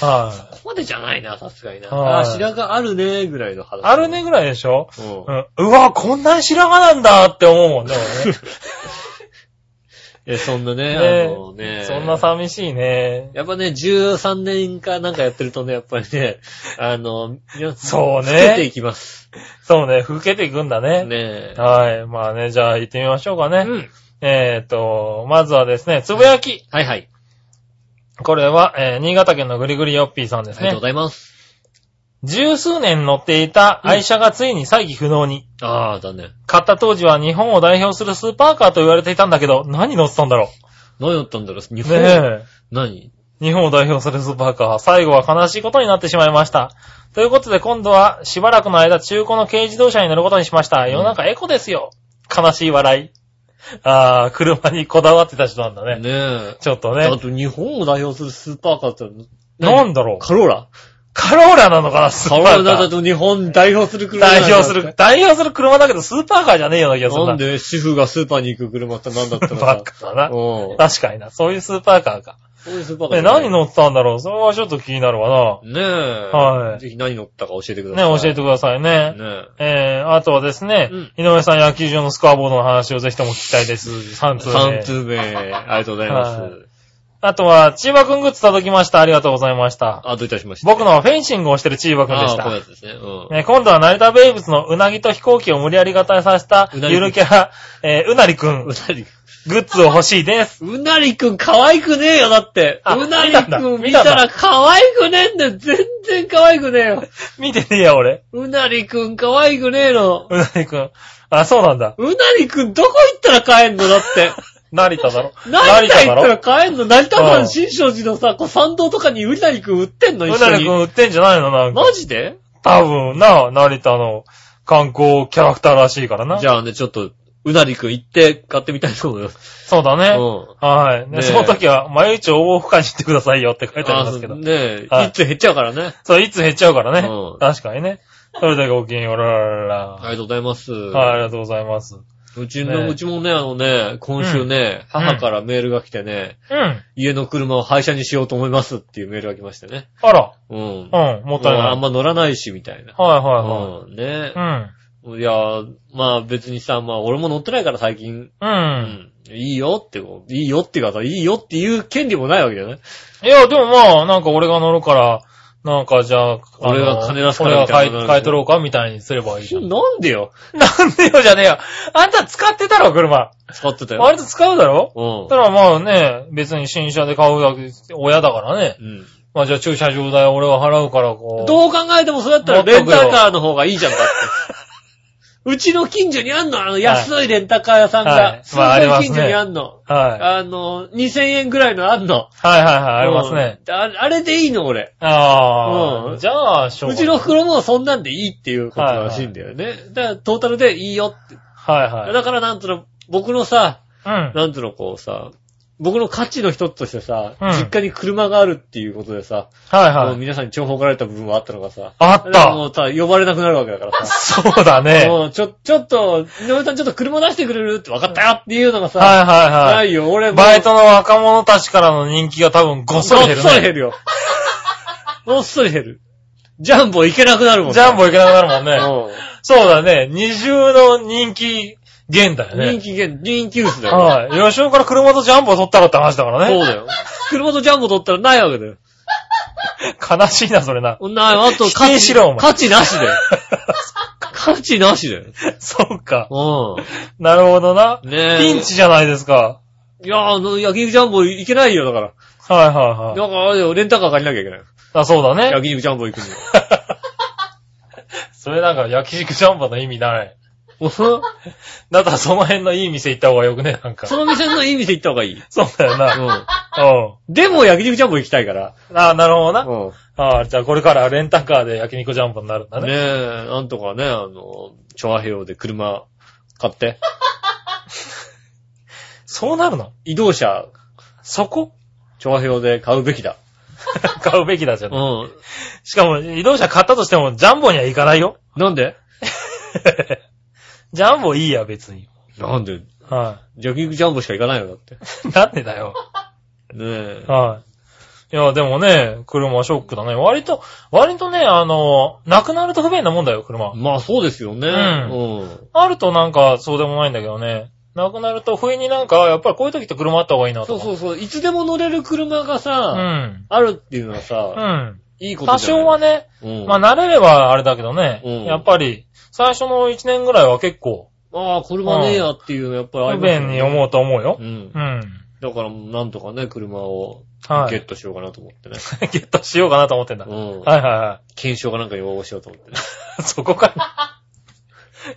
はい、
ここまでじゃないな、さすがにな。
はい
ああ、白髪あるね、ぐらいの話。
あるねぐらいでしょ
うん。
うん。うわ、こんなに白髪なんだって思うもんね。俺ね
え、そんなね、
ね
あのね。
そんな。寂しいね。
やっぱね、13年かなんかやってるとね、やっぱりね、あの、皆さん
そうね
老けていきます。
そうね、老けていくんだね。
ね
はい。まあね、じゃあ行ってみましょうか
う
ね。
ん。
えっ、と、まずはですね、つぶやき。
はいはい。
これは、えー新潟県のぐりぐりよっぴーさんで
あ
す
りがとう
ね
ご。ざいます。
十数年乗っていた愛車がついに再起不能に。
ああ、残念。
買った当時は日本を代表するスーパーカーと言われていたんだけど、何乗ってたんだろ
何だったんだろう日
う。
本、
ねえ。
何
日本を代表するスーパーカー、最後は悲しいことになってしまいました。ということで今度はしばらくの間中古の軽自動車に乗ることにしました。世の中エコですよ。悲しい笑い。あー、車にこだわってた人なんだね。
ねえ。
ちょっとね
あ。と日本を代表するスーパーカーって何、
なんだろう。
カローラ。
カローラなのかな、スー
カ
パ
ロ
ー
ー
カ
ラ
ー。
だと日本代表する車。
代表する、。代表する車だけどスーパーカーじゃねえような気がする
なんで主婦がスーパーに行く車って何だったらさ
バッカだな
うん。。そ
確かにな。そういうスーパーカーか。
ういうスーパーカー
え、
じゃない。
何乗ってたんだろうそれはちょっと気になるわ
ねえ。
はい
ぜひ何乗ったか教えてくださ。。
ないね、教えてくださいね。
ね
えー、あとはですね、
うん
井上さん野球場のスコアボードの話をぜひとも聞きたいです。3
え。
通
3
目。
通目、ありがとうございま
はい
す。
あとは、チーバくんグッズ届きました。ありがとうございました。
あ、どういたしまして。
僕のフェンシングをしてるチーバくんでし
あーこういう
た。
やつですね。うん。
ね、今度は成田名物のうなぎと飛行機を無理やり合体させた
うなぎ
ゆるキャラ、えー、うなりくん、
う
グ
なり。
ッズを欲しいです。
うなりくん可愛くねえよ、だって。
あ
うなり
見たんだ
くん見たら可愛くねえんだよ。全然可愛くねえよ。
見てねえや、俺。
うなりくん可愛くねえの。
うなりくん。あ、そうなんだ。
うなりくんどこ行ったら帰んのだって。
成田だろ。
成田行
だ
ったら
ろ。
帰んの成田山
うん
新勝寺のさ、こう参道とかにうなりくん売ってんの一
うな
緒
り
に
く。ん売ってんじゃないのなんか。
マジで
多分な、成田の観光キャラクターらしいからな。
じゃあね、ちょっと、うなりくん行って買ってみたいと思います。
そうだね。
う
はい。
ねえ
でその時は、毎日応募不可に行ってくださいよって書いてあり
あ
ま
ー
すけど。
ねえ、
はい
いつ減っちゃうからね。
そう、いつ減っちゃうからね。
うん
確かにね。それだけお気に入り、おらららら。
ありがとうございます。
はい、ありがとうございます。
うち
ね
の、うちもね、あのね、今週ね、
うん
母からメールが来てね、
うん。
家の車を廃車にしようと思いますっていうメールが来ましてね。
あら。
うん。
うん、もったい
もう
ない。
あんま乗らないし、みたいな。
はいは
うん、ね
いはい。
いやー、まあ別にさ、まあ俺も乗ってないから最近、
う。
うん
うん。
ん、いいよって、いいよっていうかさ、いいよっていう権利もないわけじゃない
いや、でもまあ、なんか俺が乗るから、なんかじゃあ、あの
俺が金出すから
俺が
みた
買
い
い
な
買い取ろうかみたいにすればいいじゃん。
なんでよ
なんでよじゃねえよ。あんた使ってたろ、車。
使ってたよ。
割と使うだろ
うん
だか。らまあね、別に新車で買うだけ、親だからね。
うん。
まあじゃあ駐車場代俺が払うからこう。
どう考えてもそうだったらレンタカーの方がいいじゃんだって。 うちの近所にあんのあの安いレンタカー屋さん
はい
が。すご
まあありま
い
すね
近所にあんの。
はい。はい
あの、2000円ぐらいのあんの。
はいはい、ありますね。
うん。ああれでいいの俺。
ああ、
うん
じゃあ、しょう
う
が
ちの
ない。
袋もそんなんでいいっていうことらしいんだよね。だからトータルでいいよって。
はいはい。
だからなんつうの、僕のさ、
うん。
なんつうのこうさ、僕の価値の一つとしてさ、
うん
実家に車があるっていうことでさ、
はい
も
は
う
い。
皆さんに重宝がられた部分はあったのがさ、
あ
だか
っ
らも
た。
うさ、呼ばれなくなるわけだから さ。
そうだね。
もうちょ、ちょっと、井上さんちょっと車出してくれるって分かったよっていうのがさ、
はいはい
な
はい。
いよ、俺もう
バイトの若者たちからの人気が多分ごっそり減る
ごっそり減
ね。
るよ。ごっそり減る。ジャンボいけなくなるもん
ジャンボいけなくなるもんね。
ボ、
そうだね。二重の人気減だよ
うん、人
ね。
気ゲン、人気薄だよ。
はい。吉尾から車とジャンボ取ったらって話だからね。
そうだよ。車とジャンボ取ったらないわけだよ。
悲しいな、それな。
ない、あと
否
価
定
値、
しろお前
価値なし だよ。価値なしだよ。
そうか。
う
なるほどな。
ん。ねえ。
ピンチじゃないですか。
いや、あの、焼肉ジャンボいけないよ、だから。
はいはいはい。
だからあれだよ、レンタカー借りなきゃいけない。
あ、そうだね。
焼肉ジャンボ行くには。
それなんか焼き肉ジャンボの意味ない。
もうその
だったらその辺のいい店行った方がよくね、なんか。
そ
そう
の店のいい店行った方がいい。
だよな。
う。
うん
でも焼肉ジャンボ行きたいから。
ん。あなるほどな。
うん。
ああ、じゃあこれからレンタカーで焼肉ジャンボになるんだ
ね
ね。
え、なんとかね、あの、調和平和で車買って、
そうなるの
移動車、
そこ
調和平和で買うべきだ。
買うべきだじゃん。
ん。
しかも移動車買ったとしてもジャンボには行かないよ。
なんで
ジャンボいいや、別に。
なんで、
は
焼肉ジャンボしか行かないよ、だって。
い。なんでだよ。
ねえ。
はい。いや、でもね、車はショックだね。割と、割とね、あの、なくなると不便なもんだよ、車。
まあそうですよね。
ん
うん。
あるとなんか、そうでもないんだけどね。なくなると、不意になんか、やっぱりこういう時って車あった方がいいな
そ
と
う
か。
そうそう。いつでも乗れる車が
う
さ、
ん。
あるっていうのは
う
さ、
ん。
いいこと
多
じゃない
少はね、
うん。
まあ慣れればあれだけどね、
うん
やっぱり、最初の1年ぐらいは結構、
ああ、車ねえやっていうのはやっぱりあ
不
りますよ
便に思うと思うよ
う。ん
う。ん。
だから、なんとかね、車を
は
ゲ
い
ッ。トしようかなと思ってね。
ゲットしようかなと思ってんだ。
うん。
はいはいは
検証かなんかに応募しようと思ってね。
い。そこから。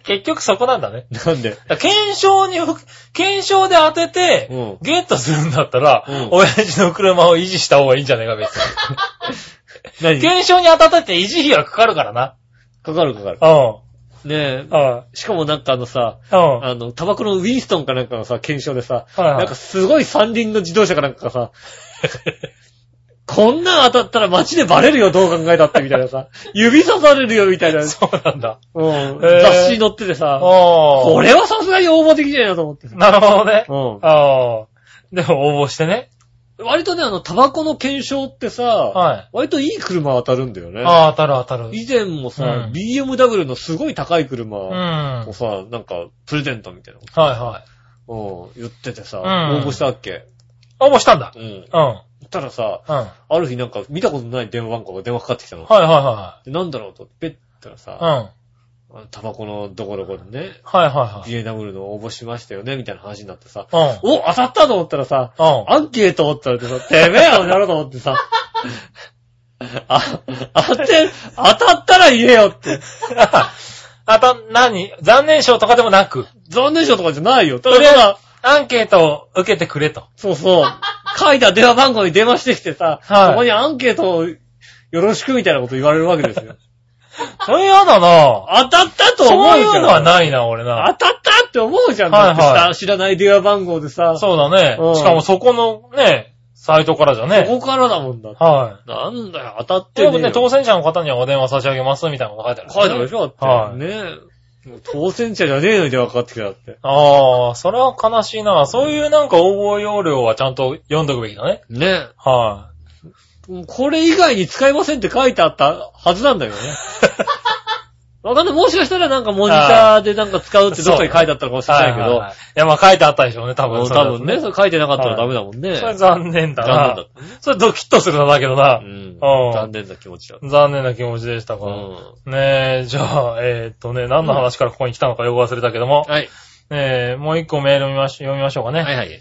結局そこなんだね。
なんで
だから検証にふ、検証で当てて、
うん
ゲットするんだったら、
うん
親父の車を維持した方がいいんじゃねえか、別に。
何か
検証に当たったって維持費はかかるからな。
かるかかる。
う
ねえ。
ん。うん。
しかもなんかあのさ、
うん。
あの、タバコのウィンストンかなんかのさ、検証でさ、
はいはい
なんかすごい三輪の自動車かなんかがさ、 こんなん当たったら街でバレるよ、どう考えたって、みたいな さ。指刺されるよ、みたいな、うん、
そうなんだ。ー
雑誌に載っててさ、
お
こ
ー。
れはさすがに応募できないなと思ってさ。
なるほどね。
う
あー。でも応募してね。
ん。割とね、あの、タバコの検証ってさ、
は
割といい車当たるんだよね。
あー、当たる当たる。
以前もさ、
うん
BMW のすごい高い
うん。
車
は
を
い
さ、なんか、プレゼントみたいなこ
はい。
とを言っててさ、
ん
応募したっけ
応募したんだ。
うん。
うん。うん。
たらさ、
は
ある日なんか見たことない電話番号が電話かかってきたの
い。はいは
でなんだろうと、ペッたら
いは
さ、
い。うん。
あのタバコのどこどこでね、
はいはい
BMW の応募しましたよね、みたいな話になってさ、
はい。
お、当たったと思ったらさ、
うん。 うん。
アンケートをって言われてさ、てめえよ、なると思ってさ、あ、当て、当たったら言えよって。
あと、何残念賞とかでもなく、
残念賞とかじゃないよ。た
と
だ
りあえ
た
ず
だ、
アンケートを受けてくれ と。
そうそう、書いた電話番号に電話してきてさ、
はい
そこにアンケートをよろしくみたいなこと言われるわけですよ。
それやだな
当たったと思
そう
う
い
じゃん。
うのはないな、俺な。
当たったって思うじゃん。
はいはい
だってさ知らない電話番号でさ、
そうだね
うん。
しかもそこのね、サイトからじゃ
こ
ね。
こからだもんだって。
は
なんだよ、当たっ
い。
て
で
ね
も
えよ
ね、当選者の方にはお電話差し上げますみたいなこと書いてある。
書いてあるでしょだって。
はい
ねえ。もう当選者じゃねえのに電話かかってきたって。
ああ、それは悲しいな。そういうなんか応募要領はちゃんと読んどくべきだね。
ねえ。
は
これ以外に使えませんって書いてあったはずなんだよ ね。わかんない。もしかしたらなんかモニターでなんか使うってどっかに書いてあったのかもし
い。
れ
は
ない
い
け
はい
ど
はい。いや、まあ書いてあったでしょうね、多
も
分。
う多分ね、それ書いてなかったら
はい
ダメだもんね。
それ残念だ
残
な。それドキッとするな、だけどな。
念だった。う。
うんん
残念な気持ちだった。
残念な気持ちでした
う
から。
ん。
ねえ、じゃあ、えーっとね、何の話からここに来たのかよく忘れたけども、
はい。
えー、もう一個メール見まし読みましょうかね。
はいはい。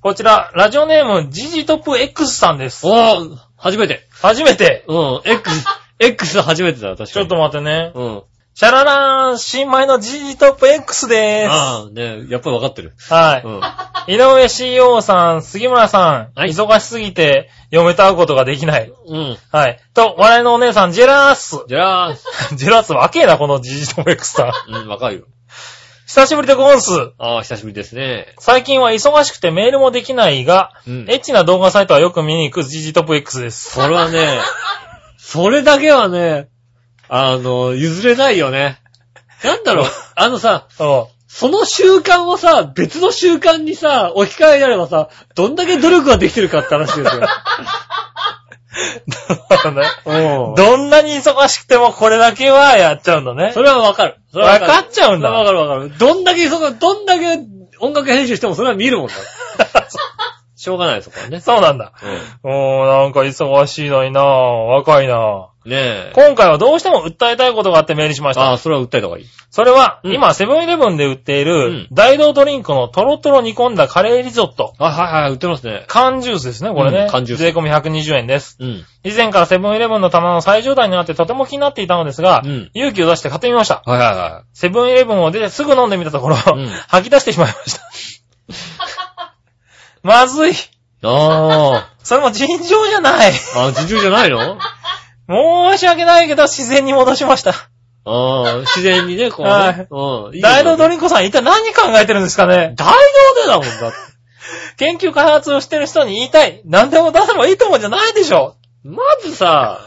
こちら、ラジオネーム、ジジトップ X さんです。
おー初めて。
初めて
うん。X、X 初めてだ、確かに。
ちょっと待ってね。
うん。
シャララーン、新米のジジトップ X で
ああ、ねやっぱりわかってる。
す。は
う
い。
ん。
井上 CO さん、杉村さん、
はい
忙しすぎて、嫁と会うことができない。
うん。
はい。と、笑いのお姉さん、ジェラース。
じゃあ、
ジェラース、若えな、このジジトップ X さん。
う ん、わかるよ。
久しぶりでゴンス。
ああ、久しぶりですね。
最近は忙しくてメールもできないが、
うん
エッチな動画サイトはよく見に行く GG トップ X です。
それはね、それだけはね、あの、譲れないよね。なんだろう、あのさ、
おう
その習慣をさ、別の習慣にさ、置き換えらればさ、どんだけ努力ができてるかって話ですよ。 うん。
どんなに忙しくてもこれだけはやっちゃうんだね
そ。れはわかる。それは
わかっちゃうんだ。
わかるわかる。どんだけ、そこ、どんだけ音楽編集してもそれは見る もんだ。しょうがない、そこはね。
そうなんだ。おー、なんか忙しいのになぁ。若いなぁ。
うん。ねえ。
今回はどうしても訴えたいことがあってメールしました。
ああ、それは訴えた方がいい。
それは、
うん
今、セブンイレブンで売ってい
うん
る、大道ドリンクのトロトロ煮込んだカレーリゾット。
あ、はいはい、売ってますね。
缶ジュースですね、これね。
うん缶ジュース
税込み120円です。
うん。
以前からセブンイレブンの棚の最上段になってとても気になっていたのですが、
うん
勇気を出して買ってみました。
はいはいは
セブンイレブンを出てすぐ飲んでみたところ、
うん
吐き出してしまいました。 まずい。
い。あ
それも尋常じゃない。
あ。あ、尋常じゃない の
申し訳ないけど自然に戻しました。
ああ、自然にね、こう、ね。
はい
うん。いいよ
大道ドリンコさん一体何考えてるんですかね
大道でだもんだって。
研究開発をしてる人に言いたい。何でも出せばいいと思うんじゃないでしょ。
まず さ、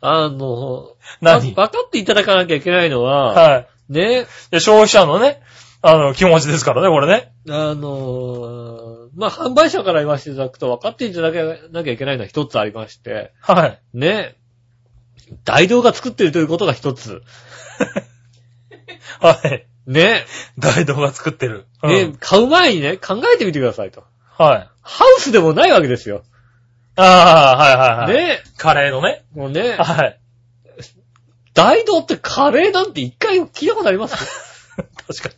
あの、
何
わ分かっていただかなきゃいけないのは、
はい
ね、
で。消費者のね、あの、気持ちですからね、これね。
あのーまあ、販売者から言わせていただくと分かっていただかなきゃいけないのは一つありまして、
はい。
ね、大道が作ってるということが一つ。
はい。
ね、
大道が作ってる。うん
ね、買う前にね、考えてみてくださいと。
はい。
ハウスでもないわけですよ。
ああ、はいはいはい。
ね、
カレーのね。
もうね、
はい。
大道ってカレーなんて一回聞いたことあり ます
確かに。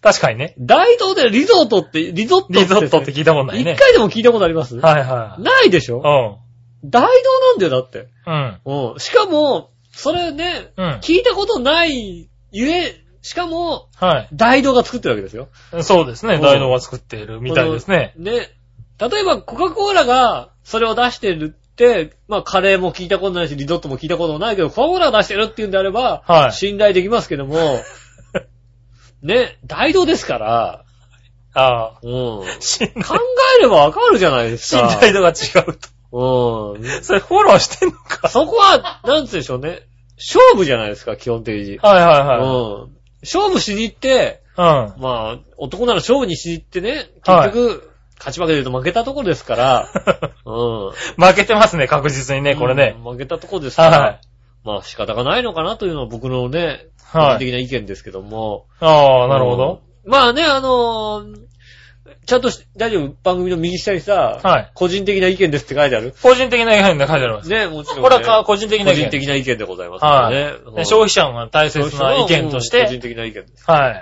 確かにね。
大道でリゾートって、リゾットって。
リゾットって聞いたことない
一
ね。
回でも聞いたことあります
はいはい。
ないでしょ大道なんだよ、だって。
うん。うん。
うん。しかも、それね、
うん。
聞いたことないゆえ、しかも、
は
大道が作ってるわけですよ。
い。そうですね。
うん
大道が作っているみたいですね。
で、例えばコカ・コーラがそれを出してるって、まあカレーも聞いたことないし、リゾットも聞いたこともないけど、コカ・コーラが出してるっていうんであれば、
はい
信頼できますけども、 ね、大道ですから、
ああ。
うん。考
信頼、
えればわかるじゃないです
信
か。
頼度が違うと。
うん。
それフォローしてんのか。
そこは、なんつうんでしょうね。勝負じゃないですか、基本的に。
はいは
う
いはい。
ん。勝負しに行って、
うん。
まあ、男なら勝負にしに行ってね、
は
結
い
局、勝ち負けで言うと負けたとこです から、うん。
負けてますね、確実にね、これね
う。ん。負けたとこですから、
はい。
まあ仕方がないのかなというのは僕のね、個
は
人
い。
的な意見ですけども。
ああ、なるほど。
うん。まあね、あのーちゃんとし大丈夫番組の右下にさ、
はい
個人的な意見ですって書いてある
個人的な意見で書いてあります。
ね、もちろん、ね。
これはか個人的
個
な意
人
見。
的な意見でございますから
は
ね。
い。
う
で
ん
消費者の大切な意見とし
個人
て、
的な意見です。
はい。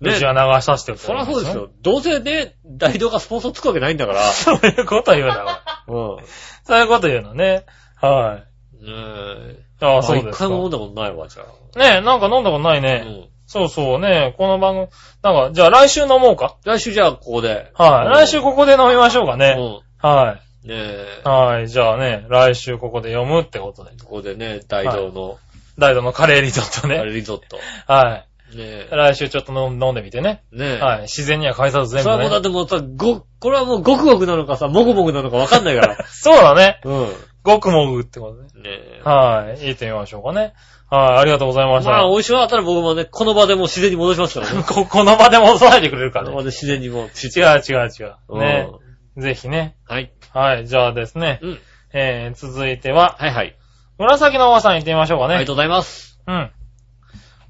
ね
うちは流させてる
そりゃそうですよ。どうせね、大道がスポンサーつくわけないんだから。
そういうこと言うな、お
う
い
ん。
そういうこと言うのね。はい。
ねえ。
ああ、そうです
一
か。
回も飲ん
ね
だことないわ、じゃあ。
え、なんか飲んだことないうね。
ん。
そうそうね。この番組、なんか、じゃあ来週飲もうか。
来週じゃあ、ここで。
は
うん
い。来週ここで飲みましょうかね。
う
は
ん。ねえ
い。。はい。じゃあね、来週ここで読むってことで。
ここでね、大道の、
大道のカレーリゾット
あれ
ね。
リゾット。
は
ね
い。来週ちょっと飲ん飲んでみてね。
え。ねえ。
はい。自然には返さず全
そ
部
れはもうだっ
ね。
てもうさ、ご、これはもうごくごくなのかさ、もぐもぐなのかわかんないから。
そうだね。
うん。
ごくもぐってことね。
ねえ。
はい。入れてみましょうかね。はい。ありがとうございました。
まあ、おいしはあったら僕もね、この場でもう自然に戻します からね。
こ、この場でも襲わないでくれるか
こ
ら
の場。
ね
で自然にもう、
違う違う違う。ね。
うん
ぜひね。
はい。
はい。じゃあですね。
うん。
えー、続いては、
はいはい。
紫のおばさん行ってみましょうか
あり
ね
が。とうございます。
うん。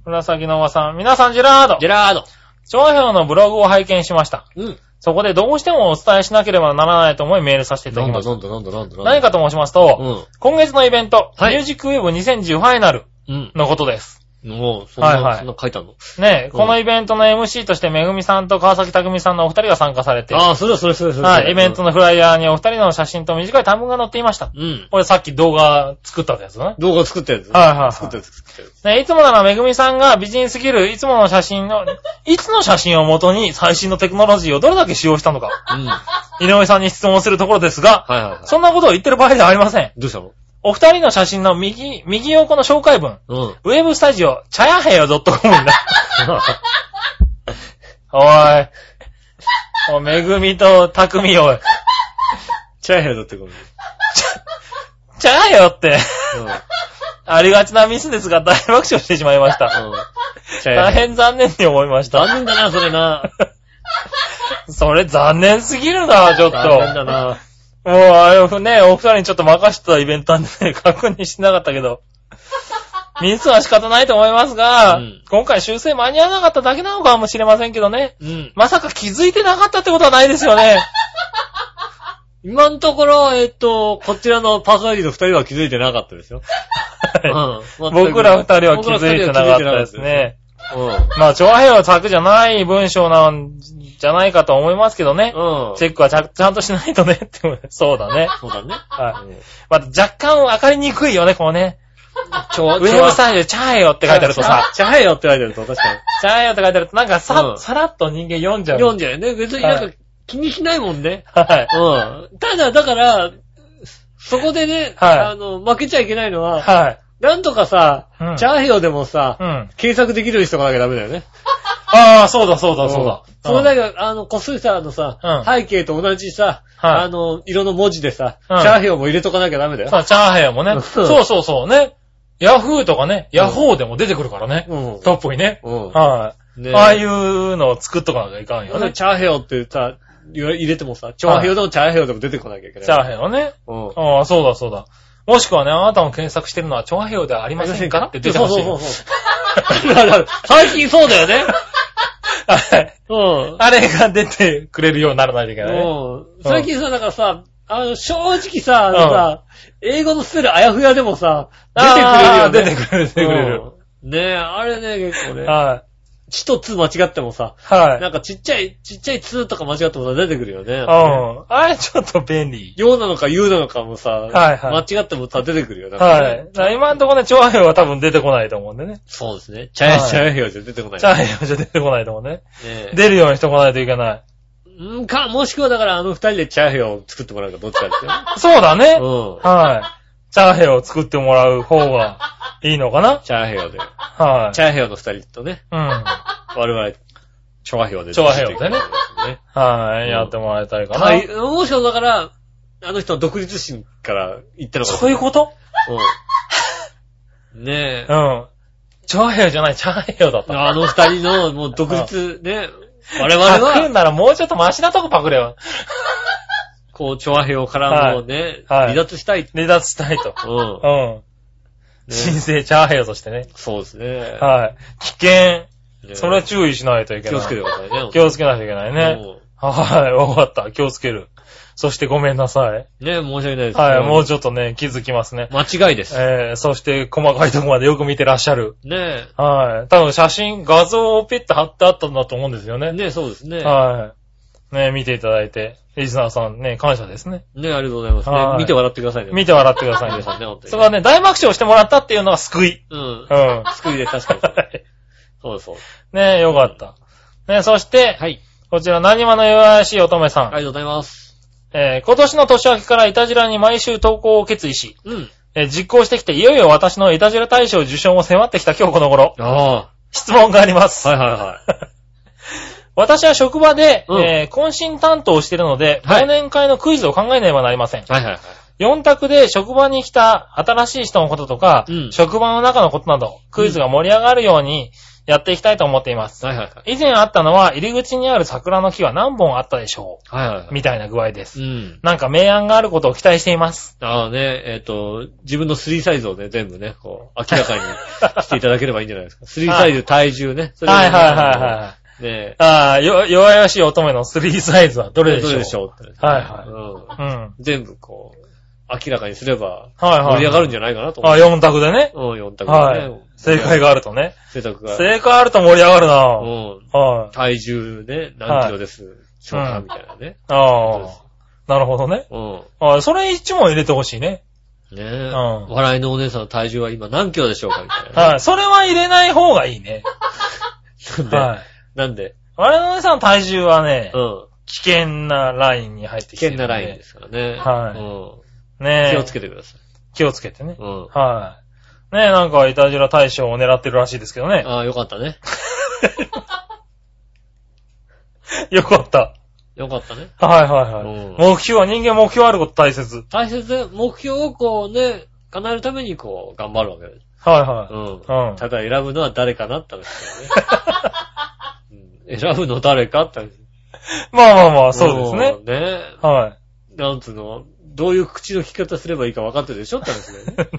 紫のおばさん、皆さんジェラード
ジェラード。
長編のブログを拝見しました。
うん。
そこでどうしてもお伝えしなければならないと思いメールさせていただきます。
んだなんだなんだ
何かと申します
う
と、
ん。
今月のイベント、
はい
ミュージックウェブ2010ファイナル
うん。
のことです。
もう、そんな、
はいはい
そんな書いてあるの
ねえ、
うん
このイベントの MC としてめぐみさんと川崎匠さんのお二人が参加されて、
ああ、それそれそれそれ。
はい、イベント
の。
のフライヤーにお二人の写真と短い短文が載っていました。
うん。
これさっき動画作ったやつだね。
動画作ったやつ。
はいはいはい
作ったやつ作ったやつ。
ね、いつもならめぐみさんが美人すぎるいつもの写真 の、いつの写真をもとに最新のテクノロジーをどれだけ使用したのか、
うん。はい
井上さんに質問するところですが、
はいはい。
そんなことを言ってる場合ではありません。
どうしたの
お二人の写真の右、右横の紹介文、
うん。
ウェブスタジオ、チャヤヘヨ .com に な。おい。おい、めぐみとたくみ、おい。
チャイヘルだってごめん。
チャヤヘヨって、
うん。
ありがちなミスですが、大爆笑してしまいました。
チャ
大
イヘル。
変残念に思いました。
残念だな、それな。
それ残念すぎるな、ちょっと。
残念だな。
もう、あれね、お二人にちょっと任せたイベントなんでね、確認してなかったけど。ミスは仕方ないと思いますが、
うん
今回修正間に合わなかっただけなのかもしれませんけどね。
うん。
まさか気づいてなかったってことはないですよね。
今のところ、えっと、こちらのパーソナリティの二人は気づいてなかったですよ。うん
僕ら二人は気づいてなかったです。ね。まあ、長編は作じゃない文章なんじゃないかと思いますけどね
僕ら二人は気づいてなかったですねうん。
チェックはちゃちゃんとしないとねって ことで。そうだね。
そうだね。
はい。また若干わかりにくいよね、こうね。
ちょ
ウェブサイドでチャーよって書いてあるとさ。
チャヘルって書いてあると、確かに。
チャーよって書いてあると、なんかさ、
うん
さらっと人間読んじゃう。
読んじゃうよね。別になん
は
か気にしないもんね。
はい。
うん。ただ、だから、そこでね、
はい
あの、負けちゃいけないのは、
はい。
なんとかさ、
うん
チャーヘヨでもさ、
うん。
検索できるようにしとかなきゃダメだよね。
ああ、そうだそうだそうだ。
それだけ、あの、こっそりさ、あのさ、
う
背景と同じさ、
はい
あの、色の文字でさ、チ
うん
ャーヘヨも入れとかなきゃダメだよ。
さあ、チャーヘアもね。
うん
そうそうそうね。ヤフーとかね、ヤホーでも出てくるからね。
うん。
トップにね。
うん。
はい、
ね
ああいうのを作っとかなきゃいかんよ
うん
ね。
チャーヘヨってさ、入れてもさ、チャーヘヨでもチャーヘヨでも出てこなきゃいけない。
チャーヘアをね。
うん。
ああ、そうだそうだ。もしくはね、あなたも検索してるのはチャーヘアではありませんかって出てほしい。
そうそうそう そう。だから最近そうだよね。
はい
うん。
あれが出てくれるようにならないといけないね。
うん。最近さ、だからさ、あの、正直さ、あのさ、英語のスペルあやふやでもさ、出てくれるよね。
出てくれるよ、出てくれる、出てくれる。
うん。ねえ、あれね、結構ね。
は
とつ間違ってもさ、
はい。
なんかちっちゃい、ちっちゃいつとか間違ってもさ、出てくるよね。
うん。あれちょっと便利。
ようなのか言うなのかもさ、
はいはい
間違ってもさ、出てくるよ。なんかね
はい。だから今んとこね、調和票は多分出てこないと思うんでね。
そうですね。チャイ
はい
チャイ表じゃ出てこない。
チャー票じゃ出てこないと思うね。
ねえ
出るようにしてこないといけない。
うんか、もしくはだからあの二人でチャイヘを作ってもらうかどっちかですよね。
そうだね。
う。
はい。チャーヘを作ってもらう方がいいのかなん
チャイヘで。
はい
チ。ャイヘの二人とね、
うん。
我々、チョアヘで。
チョアヘヨでね
ね。
はい。やってもらいたいかな。
はい。もしくはだから、あの人は独立心から言ったのかも
そういうこと
うん。ねえ
う。ん。チャーヘじゃない、チャーヘだった。
あの二人の、もう独立、ね。我々
パクん
は、
ならもうちょっとマシなとこパクれよ。
こう、チョアヘからもうね、
はいはい
離脱したい。
離脱したいと。
うん。
うん。
ね
新生チャーヘとしてね。
そうですね。
はい。危険。
ね
それは注意しないといけ
気
な
を
い。
つけてくださいね。
気をつけないといけないね。
うん
はい、わかった。気をつける。そしてごめんなさい。
ね、申し訳ないです。
はい、もうちょっとね、気づきますね。
間違いです。
えー、そして細かいとこまでよく見てらっしゃる。
ね
はい。多分写真、画像をピッと貼ってあったんだと思うんですよ
え。
ね。
ねえ、そうですね。
はい。ね、見ていただいて。リスナーさんね、感謝ですね。
ねえ、ありがとうございます
は
ね。
い
見て笑ってくださいね。
見て笑ってください
皆
ね。
さんね、本当に。
そこはね、大爆笑してもらったっていうのは救い。
うん
う。ん。
救いで確かに。そうそう。
ねよかった。ねそして、
はい。
こちら、何話の弱々しい乙女さ
あ
ん。
りがとうございます。
えー今年の年明けからいたじらに毎週投稿を決意し、
うん。
えー実行してきて、いよいよ私のいたじら大賞受賞も迫ってきた今日この頃、
あ
質問があります。
あ。はいはいはい。
私は職場で、
うん
えー懇親担当をしているので、
はい
忘年会のクイズを考えねばなりません。
はいはいはい。
4択で職場に来た新しい人のこととか、
うん
職場の中のことなど、クイズが盛り上がるようにやっていきたいと思っています。
はいはいはい。
以前あったのは、入り口にある桜の木は何本あったでしょ
はいはいうはい。
みたいな具合です
う。ん。
なんか明暗があることを期待しています。
ああね、えっと、自分の3サイズをね、全部ね、こう、明らかにしていただければいいんじゃないです か。3サイズ、体重ね。それを
は
ね
いはいはいはい。
ね
ああ、よ、弱々しい乙女の3サイズはど
え、
れでしょ
ど
う
れでしょうってね
はいはい
うん
うん。はい
全部こう、明らかにすれば、
はい。
盛り上がるんじゃないかなと思
あ、
う。
4択でね。
うん、4択
は
だね
い。。正解があるとね。
正択が。
正解あると盛り上がるな
う
ぁ。
ん。
はい。
体重ね、何キロです。そう
う
か、
ん
みたいなね。
ああ。なるほどね。
うん。
あそれ一問入れてほしいね。
ねえ、
ん
笑いのお姉さんの体重は今何キロでしょうかみたいな。
はい。それは入れない方がいいね。
なんで、
はい。
なんで、
我々のさんの体重はね
う、ん。
危険なラインに入って
危
きて
険
るん
なラインですからね。
はい
うん。
ね
気
え。
をつけてください。
気をつけてね。
うん。
はい。ねえ、なんか、イタジラ大賞を狙ってるらしいですけどね。
ああ、よかったね。
よかった。
よかったね。
はいはいは
うん
い。目標は人間目標あること大切。
大切で、目標をこうね、叶えるためにこう、頑張るわけです。
はいは
うん。
うん
ただ選ぶのは誰かなって話だよね。 うん選ぶの誰かって話。
い。まあまあまあ、そうですね。
ん。ね
は
なんつうの、どういう口の利き方すればいいか分かってるでしょって話だ よね。
い。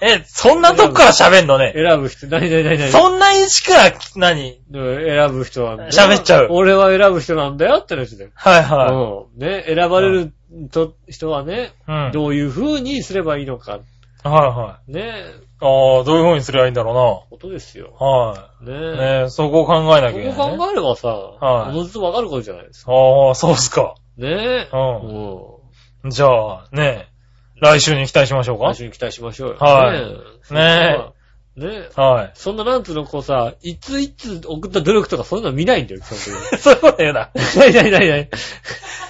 え、そんなとこから喋んのね。
選ぶ人、何何何何
そんな位置から、何
うん選ぶ人なんだよ。
喋っちゃう
俺は選ぶ人なんだよって話だよ。
はいは
うん。ね、選ばれると人はね、
い。うん。はい
どういう風にすればいいのか、
は
ね、
い。ああ、どういう風にすればいいんだろ
ことですよ
う。な。は
ね
い。ねえ、そこを考えなきゃいけない。
こう
ね
考えればさ、
はい
おのずとわかることじゃないですか。
ああ、そうっすか。
ね
う
うん。
ん。じゃあ、ねえ、来週に期待しましょう
来
か。
週に期待しましょうよ。
はい
ねねね
は
そんななんつうのこうさ、いついつ送った努力とかそういうのは見ないんだよ、基本的
い。そういうこと言うな。
に。ないないないない。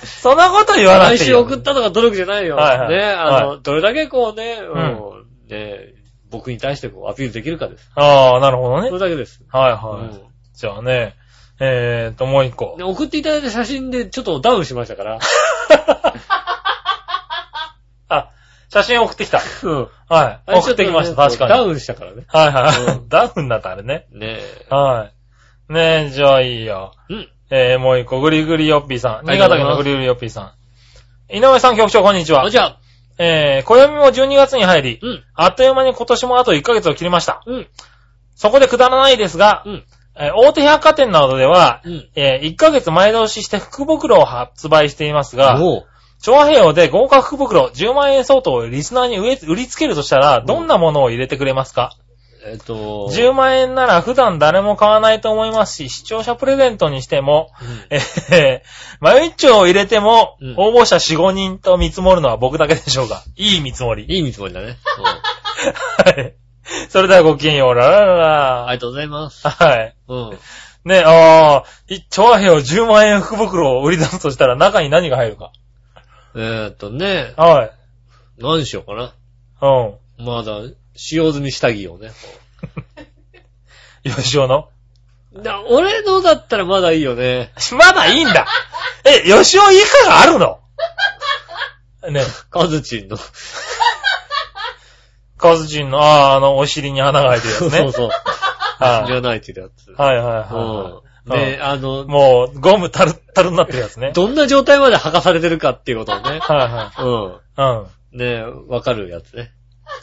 そんなこと言わな
来
くていい
週
よ。
送ったのが努力じゃないよ。
はいはい
ね、あの、
は
どれだけこうね、うんね、僕に対してこうアピールできるかです。
ああ、なるほど
そ
ね。
れだけです。
はいうはい。
ん
じゃあね、えーと、もう一個
で。送っていただいた写真でちょっとダウンしました から。
あ、写真送ってきた。
うん。
はい。送ってきました、確かに。
ダウンしたからね。
はいは
う
い。 ダウンだったあれね。
ね
はい。ねえ、じゃあいいよ。
え。うん。
えー、もう一個、グリグリヨッピーさん。
あり
新
がとうござい
潟県
ます
のグリグリヨッピーさん。井上さん局長、こんにち
あ、
は。
じゃあ、
えー、暦も12月に入り、
うん。
あっという間に今年もあと1ヶ月を切りました。
うん。
そこでくだらないですが
う、ん。
えー大手百貨店などでは、
うん。
えー1ヶ月前倒しして福袋を発売していますが、
おう
調和平和で豪華福袋10万円相当をリスナーに売れ売りつけるとしたら、どんなものを入れてくれますか、
えっと、
10万円なら普段誰も買わないと思いますし、視聴者プレゼントにしても、えへへ、眉一丁を入れても
うん、
応募者4、5人と見積もるのは僕だけでしょうが。いい見積もり。
いい見積もりだね。うん
はい。それではごきげんよう、ラララ
あ
ラ。
りがとうございます。
はい。
うん。
ね、あー、い、調和兵を10万円福袋を売り出すとしたら中に何が入るか。
えーっとね、
はい。
何しようかな。
うん。
まだ、使用済み下着をね。
吉尾の。
だ俺のだったらまだいいよね。
まだいいんだ。え、吉尾以下があるのね。
カズチンの。
カズチンの、ああ、あの、お尻に穴が開いてるやつね。
そうそう。
はい
じゃないってやつ。
はいはいは
うん。で、
う
あ
い。
の、
もう、ゴムタルッタルになってるやつね。
どんな状態まで履かされてるかっていうことをね。
はいは
うん。
い。
ねわかるやつね。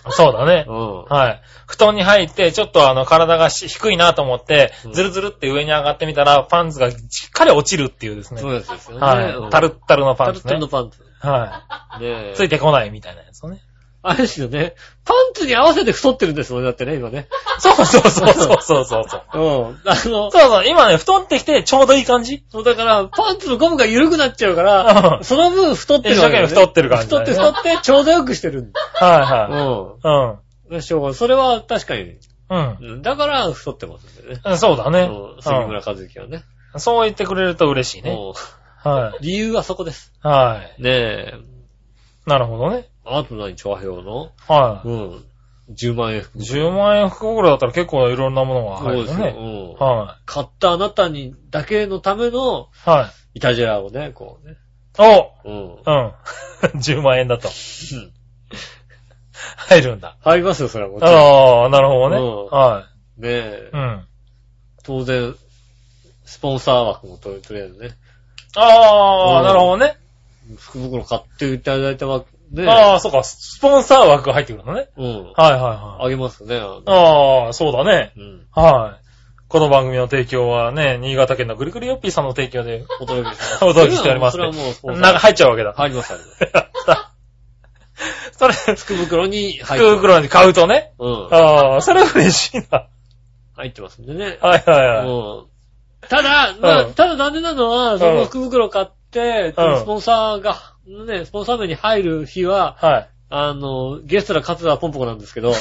うん。そうだね
う。ん。
はい。布団に入って、ちょっとあの、体がし低いなと思って
うん、
ズルズルって上に上がってみたら、パンツがしっかり落ちるっていうですね
そ。うですよね。う
は
ん
い。タルッタルのパ
タ
ン
ル
ツ
タ
ね
ル。のパンツ。
は
ね
い。ついてこないみたいなやつをね。
あれですよね。パンツに合わせて太ってるんですもんね、だってね、今ね。
そうそうそうそうそうそう。そう
うん。あの、
そう、今ね、布団ってきてちょうどいい感じ
そうだから、パンツのゴムが緩くなっちゃうから
う、ん
その分太ってるわけだよね
一生懸命太ってる感じ
太
だ
っ
よ
て
ね
太って、ちょうどよくしてるんだ。
は
う
いは
ん。でしょうがないそれは確かに。
い。うん。
うんだから、太ってますんでね。
うん。そうだね。
うん杉村和樹はね。
うんそう言ってくれると嬉しいね。
も
は
う理由はそこです。
い。はい。
ねえ。
なるほどね。
あと何、調和表の
は
うん。10万円。
い。10万円福袋だったら結構いろんなものが入るよ
よ。
ね。
うん。
は
買ったあなたに、だけのための、
い。は
イ
い。
タジェラをね、こうね。
お
うん。
うん。10万円 だと。入るんだ。
入りますよ、それはもちろん。
ああ、なるほどね。
うん
は
ねえ
い。う。ん。
当然、スポンサー枠もととりあえずね、
あ
う
あ、
ん
なるほどね。
福袋買っていただいた枠ね、
ああ、そうか。スポンサー枠が入ってくるのね。
うん。
はいはいはい。
あげますね。あの
ああ、そうだね。
うん。
はい。この番組の提供はね、新潟県のぐりぐりよっぴーさんの提供で、
お届けしてます。
お届けしております
それはもう、それはもうスポンサ
な
ー、
入っちゃうわけだ。
入ります、入ります。
それ、福
福袋に入ってます。
袋に買うとね。
うん。
ああ、それ嬉しいな。
入ってますんでね。
はいはいはい。
うん。ただ、まあ、
うん
ただ残念なのは、その福袋買って、
うん
スポンサーが、ね、スポンサー名に入る日は、
はい。
あの、ゲストラ勝田ポンポコなんですけ ど、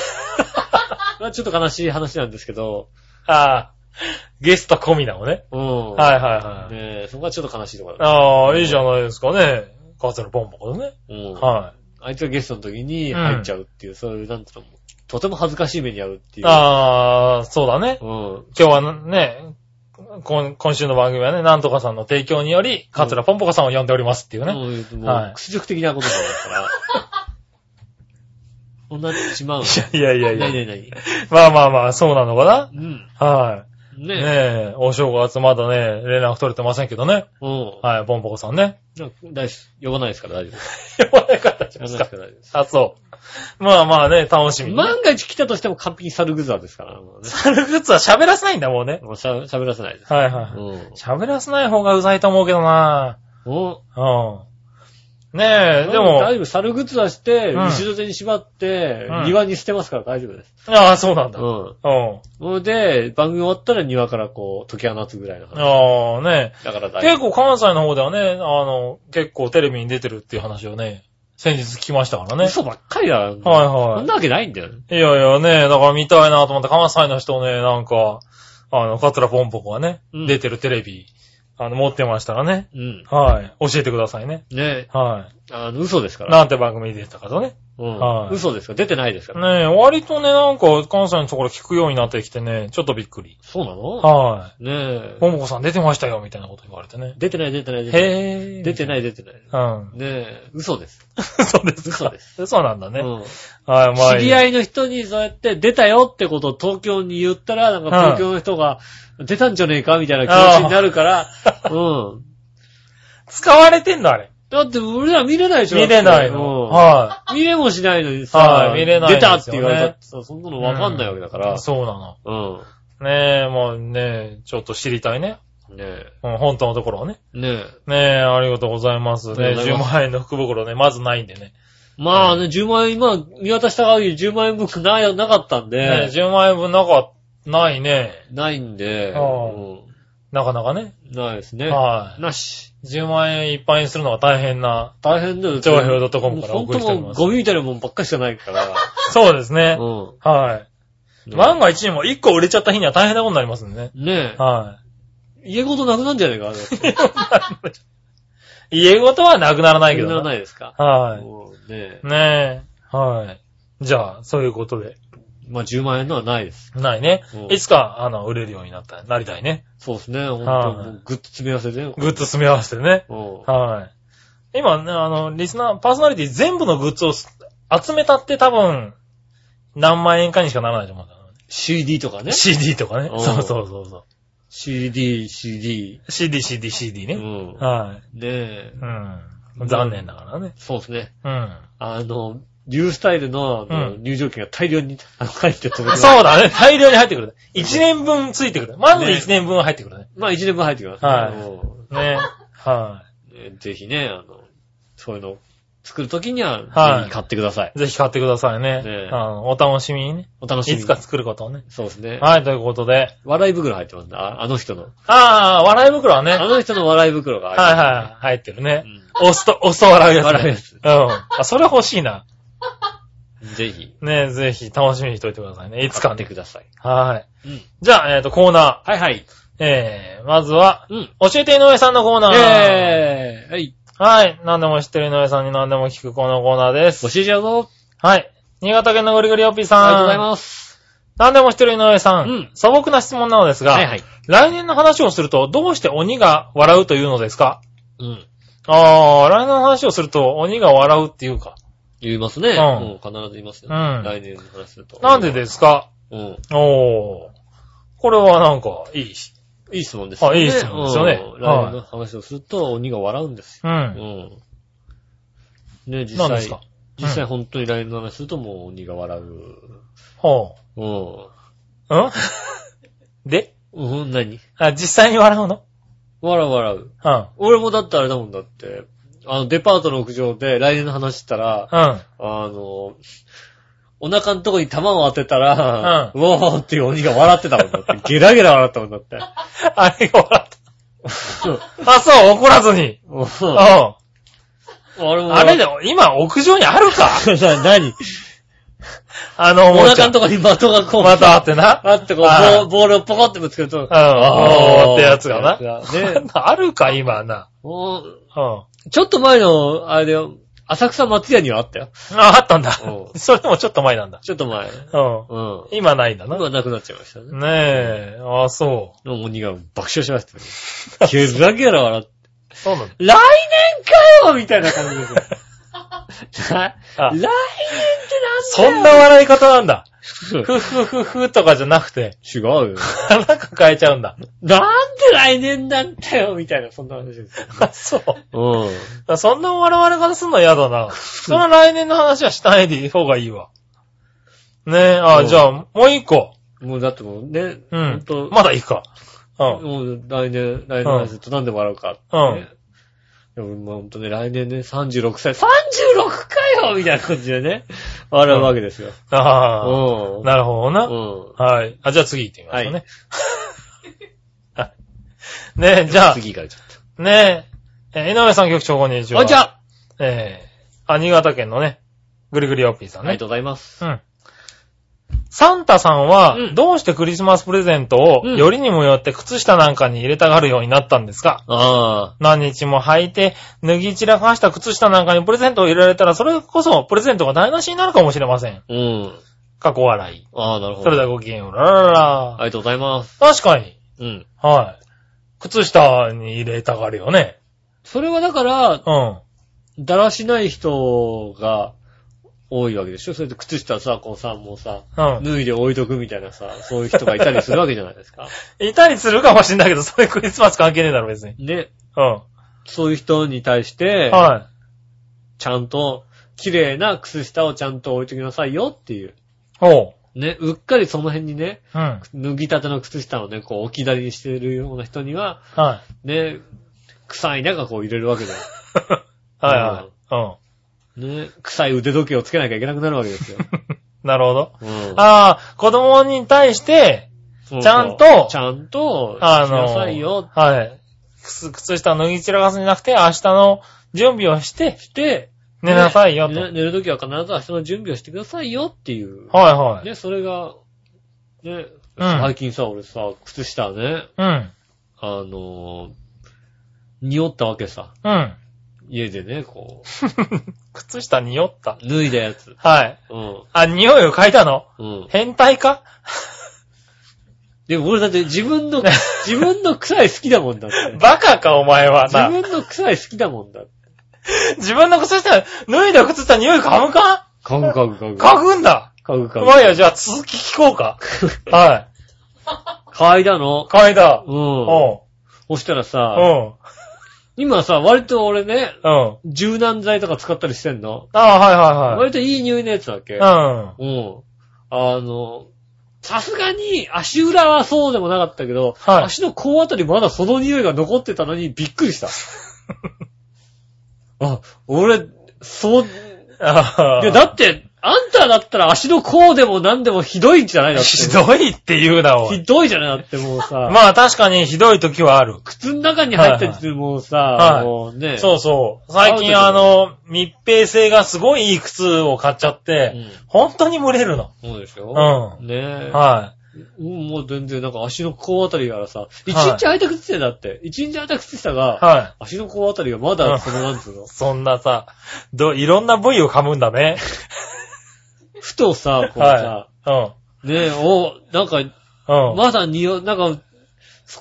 まあちょっと悲しい話なんですけど、
ああ、ゲスト込みなのね。
うん。
はいはいはい。
ねえ、そこがちょっと悲しいところだ。
ああ、いいじゃないですかね。ガゼルポンポコね。
うん。
は
あいつがゲストの時に入っちゃうっていう、そういう、なんつうの、とても恥ずかしい目に遭うってい
い。
う。
ああ、そうだね。
うん。
今日はね、今今週の番組はね、なんとかさんの提供により、カツラポンポコさんを呼んでおりますっていうね。
うんも
は
う
い、
屈辱的なことだから。 そんなってしまうの。
いやいやいや
ない
いや。
ないない。
まあまあまあ、そうなのか
うん。
なは
ね
い。
え。
ねえ、お正月まだね、連絡取れてませんけどね。
うん。
はい、ポンポコさん ね。
なんか大丈夫呼ばないですから大丈夫です。
呼ばなかったじゃ
呼
な
ばないで
いですか
す。から大丈夫です。
あ、そう。まあまあね、楽しみ、ね。
万が一来たとしても完璧にサルグザーですから、もうね。
サルグッズは喋らせないんだもんね。
もうしゃ喋らせないです。
はいはいはい。
うん。
喋らせない方がうざいと思うけどな
お
うん。ねえ、で
大
も、
丈夫、サルグッズはして、
うん
後ろ手に縛って
う、ん
庭に捨てますから大丈夫です。
ああ、そうなん
う
だ。うん。
ん。それで、番組終わったら庭からこう、解き放つぐらいの話。
ああ、ね
だから
え。
大
結
丈
構関西の方ではね、あの、結構テレビに出てるっていう話をね、先日聞きましたから
夫。
ね。
嘘ばっかりだ。はい
はい
そ
は
んなわけないんだよ。
い。いやいやね、だから見たいなと思って、関西の人ね、なんか、あの、カツラポンポコがね、
うん
出てるテレビ、あの、持ってましたらね。
うん。
はい。教えてくださいね。
ね
は
あの、嘘ですか
い。
ら。
なんて番組でしたかとね。
うん
はい
嘘ですから。出てないですから。
ねえ、割とね、なんか、関西のところ聞くようになってきてね、ちょっとびっくり。
そうなの
は
ね
い。
え。
ももこさん出てましたよ、みたいなこと言われてね。
出てない、出てない、出てない。
へえ。
出て
い。
ない、出てない。ね
うん。
え、嘘です。
そうです
嘘
か
で。す
嘘なんだね。
うん
はい、まあ。
知り合
い。
いの人にそうやって出たよってことを東京に言ったら、なんか東京の人が出たんじゃねえかみたいな気持ちになるから、うん。
使われてんだ、あれ。
だって俺ら見れないでしょ
見れない
うん
の。は
見れもしないのにさ
は、い見れない
出
ですよ
た
ね
って言われたってさ、そんなの
い。
わかんないわけだから。
うんそうなの。
うん。
ねえ、まあねえ、ちょっと知りたいね。
ねえ。
うん、本当のところをね。
ねえ。
ねえ、ありがとうございます。
あり
ね
がとうござい
10
ます
万円の福袋ね、まずないんでね。
まあね、10万円、今、見渡した限り10万円分な、なかったん
ね
で、
10万円分なんか、ないね。
ないんで、
ああ
う
なかなかね。
んないですね。
は
なし。
い。10万円一般にするのは大変な。
大変だよ。
長平洋 .com から
もう
送りしており
本
ます
当もうゴミみたいなもんばっかりしかないから。
そうですね。
う
は
ん。
い。万が一にも1個売れちゃった日には大変なことになりますんでね。
ね
は。
え、家ごとなくなんじゃないかな。ない
家ごとはなくならないけ
く
ど
なら
な。
ないですか。
は
もうねえ
い。。ねえ。はい。じゃあ、そういうことで。
まあ10万円のはないです。
ないね
うん。
いつか、あの、売れるようになった、なりたいね。
そうですね。本
は
当
い
もうぐっと詰め合わせてね。
グッズ詰め合わせてね。
うん
はい。今ね、あの、リスナー、パーソナリティ全部のグッズをす集めたって多分、何万円かにしかならないと思うんだよね。
CD とかね。
CD とかね。
うん
そうそうそうそう。
CD、CD。
CD、CD、CD
う
ね。
ん。
は
ねえ
い。。うん。残念ながらね。
そうですね。
うん。
あの、ニュースタイルのあの
う
入場券が大量にあの入ってると思います
そうだね。大量に入ってくる。1年分ついてくる。まず1年分は入ってくるね。
まあ1年分入ってきます。
はい
うん
ね。は
えぜひね、あの、そういうのを作るときには、
はい
ぜひ買ってください。
い。ぜひ買ってくださいね。
ね
あのお楽しみにね。
お楽しみ
い
に。
つか作ることをね。
そうですね。
はい、ということで。
笑い袋入ってますね。ああの人の。
ああ、笑い袋はね。
あの人の笑い袋が
はい
入っ
はい、入ってるね
て。
押すと、押すと笑うやつ、ね。
笑うやつ
うん。あ、それ欲しいな。
ます。うんぜひ、
ねえ、ぜひ楽しみにしといてくださいね。いつ
買
か
って
ね。
ください。
はい。
うん
じゃあ、えっ、と、コーナ
はいはい。
ー。えー、まずは、
うん。
教えて井上さんのコーナー。
えーはい。
はい。何でも知ってる井上さんに何でも聞くこのコーナーです
教。えちゃうぞ。
はい。新潟県のゴリゴリオッピーさん。
ありがとうございます。
何でも知ってる井上さん。
うん
素朴な質問なのですが、
はいはい。
来年の話をすると、どうして鬼が笑うというのですか
うん。
あー、来年の話をすると、鬼が笑うっていうか。
言いますね。
ん
もう必ず言いますよ。
うん
来年の話すると。
なんでですか
うん。
おー。これはなんか、いいし。
いい質問ですよね。
あいい質問ですよね
うん来年の話をすると鬼が笑うんですよ。
う。
うんん。ね、実
なんです
際
か、
実際本当に来年の話するともう鬼が笑う。
ほ
うん。
う。ん で
うん、何
あ、実際に笑うの
笑う笑う。
うん。
俺もだってあれだもんだって。あの、デパートの屋上で来年の話したら、
うん。
あの、お腹のとこに玉を当てたら、うおーっていう鬼が笑ってたもんだ って。ゲラゲラ笑ったもんだって。
あれが笑った。あ、そう、怒らずに。
うん
うん。
あ
あ
俺も
れで、今、屋上にあるか
な 何
あの、
お
おもち
腹
ゃ
の。とこに的がこう、
またあってな。
あってこう
ああ
ボー、ボールをポコってぶつけると、
うん。おーってやつが
って
な。
やつ がね
あるか、今な。
もう
うん。あ、
ちょっと前の、あれだよ、浅草松屋にはあったよ。
あったんだ
う。ん
それでもちょっと前なんだ。
ちょっと前。
うん。
うん。
今ないんだな。
今なくなっちゃいましたね。
ねえ。あ、そ
でも鬼が爆笑しま したよ。ゲラゲラ笑って。
う。そうなんだ。
来年かよみたいな感じ ですよ。来
あ
来年って
そんな笑い方なんだ。
なんだよ
ふふふふとかじゃなくて、
違うよ。
なんか変えちゃうんだ。
なんで来年なんだよみたいな、そんな話ですよ。
あ そう。
うん。
そんな笑われ方すんの嫌だな。その来年の話はしないでいい方がいいわ。ねえ、
う
あ、
ん
じゃあ、もう一個。
もうだってもうね、
う
ほん
ん
と。
まだいいか。うん。
もう来年、来年の話するとなんで笑うかってね。でもまあほんとね、来年ね、36歳、36かよみたいな感じでね、笑うわけですよ。
ああ、
う
なるほ
ん。う
どな。
ん。
はい。あ、じゃあ次行ってみましょうね。 ねえ、じゃ
次行かれちゃっ
あ、ねえ、えー井上さん局長こんにち
た。
は。
あ、じゃあ
えー、あ、新潟県のね、ぐりぐりおっぴーさ
あ
ん
り
ね
が。とうございます。
うん。サンタさんは
う、ん
どうしてクリスマスプレゼントを、
うん
よりにもよって靴下なんかに入れたがるようになったんですか
あ
何日も履いて、脱ぎ散らかした靴下なんかにプレゼントを入れられたら、それこそプレゼントが台無しになるかもしれません。
あ、うん。
過去笑い。
ああ、なるほど。
それではごきげんよう。ラララ
あり
ラ。
がとうございます。
確かに。
うん。
はい。靴下に入れたがるよね。
それはだから、
うん。
だらしない人が多いわけでしょそれで靴下さ、こうさ、もうさ、
うん。
脱いで置いとくみたいなさ、そういう人がいたりするわけじゃない ですか。
いたりするかもしれないけど、それクリスマス関係ねえだろ、別に。
ね。
うん。
そういう人に対して、
はい。
ちゃんと、綺麗な靴下をちゃんと置いときなさいよっていう。
ほ
ね、うっかりその辺にね、
う。うん。
脱ぎたての靴下をね、こう置き去りにしてるような人には、
はい。
ね、臭い中こう入れるわけじゃない。
はいはい。うん。
ね、臭い腕時計をつけなきゃいけなくなるわけ ですよ。
なるほど。
うん
ああ、子供に対して、
そうそう
ちゃんと
ちゃんと、しな
あの、
さいよ、
はい。靴、靴下脱ぎ散らかすんじゃなくて、明日の準備をして、
して、
寝なさいよと。
ね寝るときは必ず明日の準備をしてくださいよっていう。
はいはい。
ね、それが、ね、
うん
最近さ、俺さ、靴下ね、
うん。
あのー、匂ったわけさ。
うん。
家でね、こ
靴下匂った。
う、脱いだやつ。
はい。
うん、
あ、匂いを嗅いだの
うん。
変態か
でも俺だって自分 の、自分の臭い好きだもんだ って。
バカか、お前は
自
な。
分の臭い好きだもんだって。
自分の靴下、脱いだ靴下匂い嗅ぐか
かぐかぐかぐ。
嗅ぐんだ。
かぐか
う
ぐ。
まいよ、じゃあ続き聞こうか。は
嗅いだの
い。。嗅いだ。
う。
うんん。
そしたら
う
さ、
ん。
今さ、割と俺ね、
うん。
柔軟剤とか使ったりしてんの
ああ、はいはいはい。
割といい匂いのやつだっけ
うん。
うん。あの、さすがに足裏はそうでもなかったけど、
はい
足の甲あたりまだその匂いが残ってたのにびっく りした。あ、俺、そう、
あ
い
ー
やだって、あんただったら足の甲でも何でもひどいんじゃないだって。
ひどいって言うな、おい
ひどいじゃないだってもうさ、
まあ確かにひどい時はある。
靴の中に入ったりするもうさ、
はい
もうね、
そうそう。最近あ
ある
の、密閉性がすごいいい靴を買っちゃって、
うん
本当に蒸れるの。
そうでしょ。
うん
ねえ。
は
うんもう全然なんか足の甲あたりからさ、一日空いた靴下だって、一日空いた靴下
い。
が、
はい。
足の甲あたりがまだ、その、なんつう の、
そんなさ、ど、いろんな部位を噛むんだ ね。
ふとさ、こう
は
さ、
い。うん。
ねえ、お、なんか、
うん。
まだ匂い、なんか、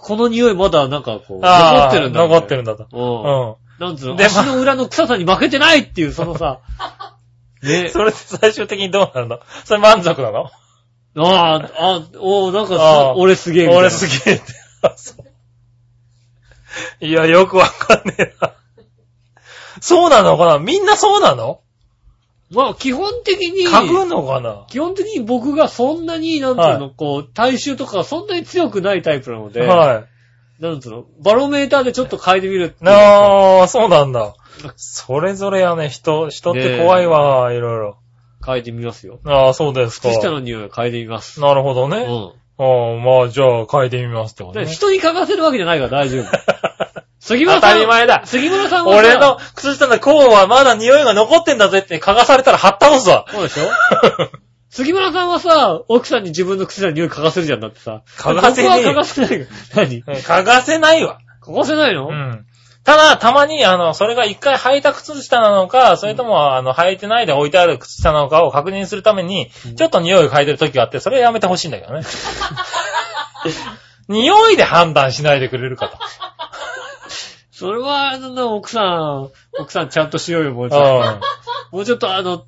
この匂いまだなんかこう、残
あ
っ
ー
てるんだ、
残ってるんだと。う
うん。な
ん。
んつうの、
で
足の裏の臭さに負けてないっていう、その さ、ね
それって最終的にどうなるのそれ満足なの
ああ、あおなんか
あ
さ
ー、
俺すげえみたいな。
俺すげえって。あそういや、よくわかんねえな。そうなのかなみんなそうなの
まあ、基本的に、
嗅ぐのかな
基本的に僕がそんなに、なんつうの、こう、体臭とかそんなに強くないタイプなので、
はい。
なんつうの、バロメーターでちょっと変えてみるっていうか
なあ、そうなんだ。それぞれやね、人、人って怖いわ、いろいろ。
変えてみますよ。
ああ、そうですか。
靴下の匂いを変えてみます。
なるほど
う
ね。
ん。
ああ、まあ、じゃあ、書いてみますってこ
だ
と
から
ね。
人に嗅がせるわけじゃないから大丈夫。 杉
当
村さん。
たり前だ。
杉村さんはさ
俺の。靴下の甲はまだ匂いが残ってんだぜって嗅がされたら貼ったのさ。
そうでしょ杉村さんはさ、奥さんに自分の靴下の匂い嗅がせるじゃんだってさ。
嗅がせねえよ
僕は嗅がせないよ。 何
うん 嗅がせないわ。
嗅がせないの、
うん。ただ、たまに、あの、それが一回履いた靴下なのか、それとも、あの、履いてないで置いてある靴下なのかを確認するために、ちょっと匂いを嗅いでる時があって、それはやめてほしいんだけ どね。匂いで判断しないでくれるか
それは、あの、奥さん、奥さんちゃんとしようよ、もうち
と。
ょっと。
う
もうちょっとあの、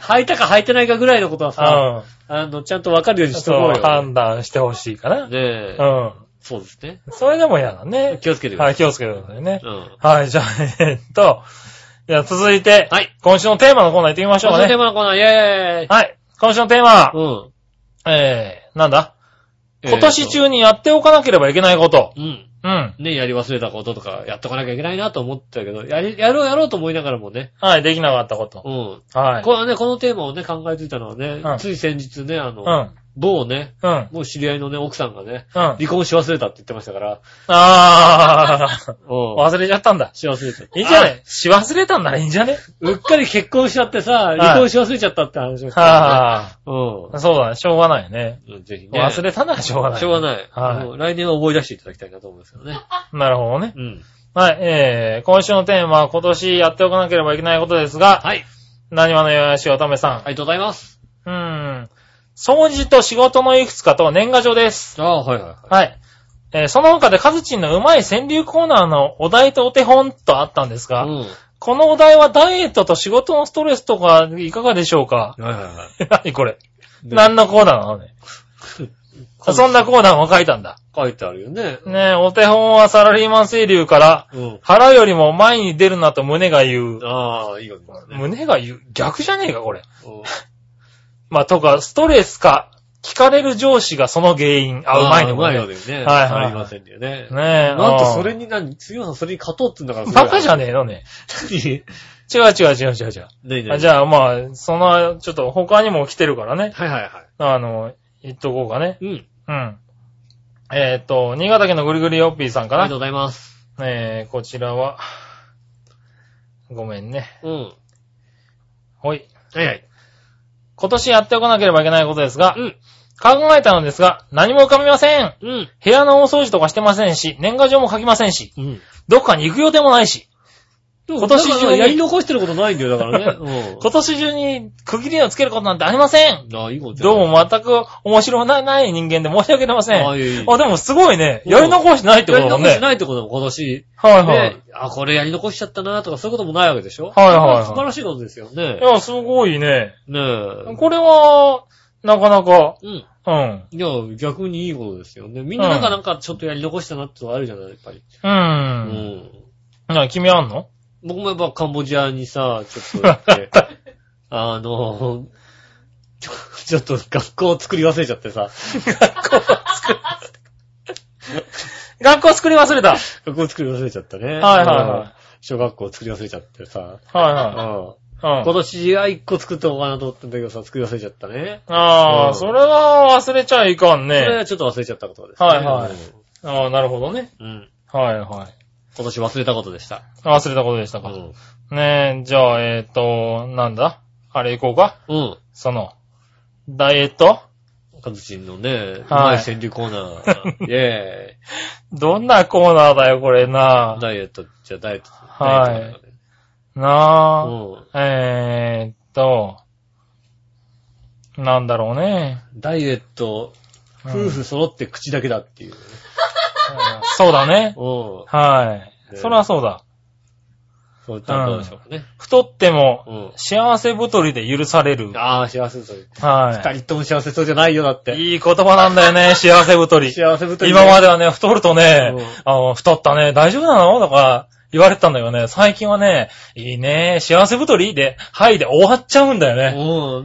履いたか履いてないかぐらいのことはさ、
ん。うん。
あの、ちゃんとわかるようにしとこう
そ
よ。
う、判断してほしいかな。
ねえ、
うん。
そうですね。
それでも嫌だね。
気をつけてくださ。
はいい、気をつけてくださいね。
うん。
はい、じゃあ、 えっと、じゃあ続いて、
はい。
今週のテーマのコーナー行ってみましょう
今
か
週のテー
ね。
マのコーナー、イェーイ
はい、今週のテーマ、
うん。
えー、なんだ
えー
今年中にやっておかなければいけないこと。
うん。
うん。
ね、やり忘れたこととか、やっとかなきゃいけないなと思ってたけど、やり、やろうやろうと思いながらもね、
はい、できなかったこと
う。ん。
はい。
これはね、このテーマをね、考えついたのはね、
うん
つい先日ね、あの、
うん。
某ね、
うん。
もう知り合いのね、奥さんがね、
うん。
離婚し忘れたって言ってましたから、
あ ー、
うん。
忘れちゃったんだ。
し忘れちゃった。
いいんじゃな
あ
いし忘れたんならいいん じゃね
うっかり結婚しちゃってさ、
い
離婚し忘れちゃったって話をして、ね。
は
う
あ、そうだね。しょうがないね。
ん。ぜひね。
忘れたならしょうがない。
しょうがない。
はい
うん来年は思い出していただきたいなと思うんですけどね。
なるほどね。
うん。
はい、えー、今週のテーマは今年やっておかなければいけないことですが、
はい。
何話のよやしおためさん。
ありがとうございます。
うーん。掃除と仕事のいくつかと年賀状です。
ああ、はいはいはい。
はい。えーその他でカズチンのうまい川柳コーナーのお題とお手本とあったんですが、
う
このお題はダイエットと仕事のストレスとかいかがでしょうか
ん。はいはいはい。
何これ
ね
何のコーナーなのね。そんなコーナーも書いたんだ。
書いてあるよね。
ねえ、お手本はサラリーマン清流から、
うん。
腹よりも前に出るなと胸が言う。
ああ、いいわけですね。
胸が言う。逆じゃねえか、これ。
うん
まあ、とか、ストレスか、聞かれる上司がその原因。あ、うまいね、
うまい
ね
よね。ね。
はいはい
ありませんよね。
ねえ。
なんと
あー
それに、何、強さんそれに勝とうってんだからすごい。
バカじゃねえ のね。
に。
違う違う違う違う違う。
ね
あ
ね
じゃあまあ、その、ちょっと他にも来てるからね。
はいはいは
あの、言っとこうかね。
い。うん。
うん。えっ、と、新潟県のぐりぐりよっぴーさん
あ
か
り
な
がと。うございます。
えー、こちらは、ごめんね。
うん。
ほい。
はいはい。
今年やっておかなければいけないことですが、
うん。
考えたのですが、何も浮かびません。
うん。
部屋の大掃除とかしてませんし、年賀状も書きませんし、
うん。
どっかに行く予定もないし、今年中に
だからやり残してることないんだよ、だ からね。
今年中に区切りをつけることなんてありません。
うん。あいいことじゃない
どうも全く面白ないない人間で申し訳ありません。
あ
あ、
いいいい
でもすごいね。
うん
やり残してないってこ
やり
とだ
残
ね。
してないってことだもん、今年。
はいはい。
ね。あ、これやり残しちゃったなとかそういうこともないわけでしょ
はいはいはい
素晴らしいことですよね
い。や、すごいね。
ねえ。
これは、なかなか、
うん。
うん。
いや、逆にいいことですよね。みんななんかなんかちょっとやり残したなってのはあるじゃない、やっぱり。
う。
うんん。
な、君あんの
僕もやっぱカンボジアにさ、ちょっと行って、あの、ちょちょっと学校を作り忘れちゃってさ、
学校作り忘れた。はい
学校を作り忘れちゃったね。
はいは
うん小学校を作り忘れちゃってさ、
い。はい
う
は
ん。
い。う
今
ん。
年は一個作っておこうかなと思ったんだけどさ、作り忘れちゃったね。
あ
うん
あ、それは忘れちゃいかん
それは
ね。
ちょっと忘れちゃったことですね。
はいはいああ、なるほどね。
うん。うん。
はいはい。
今年忘れたことでした。
忘れたことでした
う
か。
ん。
ねえ、じゃあ、えっ、と、なんだあれ行こうか
うん。
その、ダイエット
カズチンのね、う
は
まい
い
川柳コーナー。イェーイ。
どんなコーナーだよ、これな。
ダイエット、じゃあダイエット。
はい
ダイエットだから
なあ。
ね
えーっと、なんだろうね。
うん。ダイエット、
うん
夫婦揃って口だけだっていうね。
そうだね。
うん。
はい。
ね
そらそうだ。
そういったらどうでしょうかね。
太っても、
うん。
幸せ太りで許される。
ああ、幸せそう。
は
二人とも幸せそうじゃないよ、だっ
い。
て。
いい言葉なんだよ ね、幸せ太り。
幸せぶと
今ま
で。
ではね、太るとね
うん、
あの、太ったね、大丈夫なのとか言われてたんだけどね、最近はね、いいね、幸せ太りで、はいで終わっちゃうんだよね。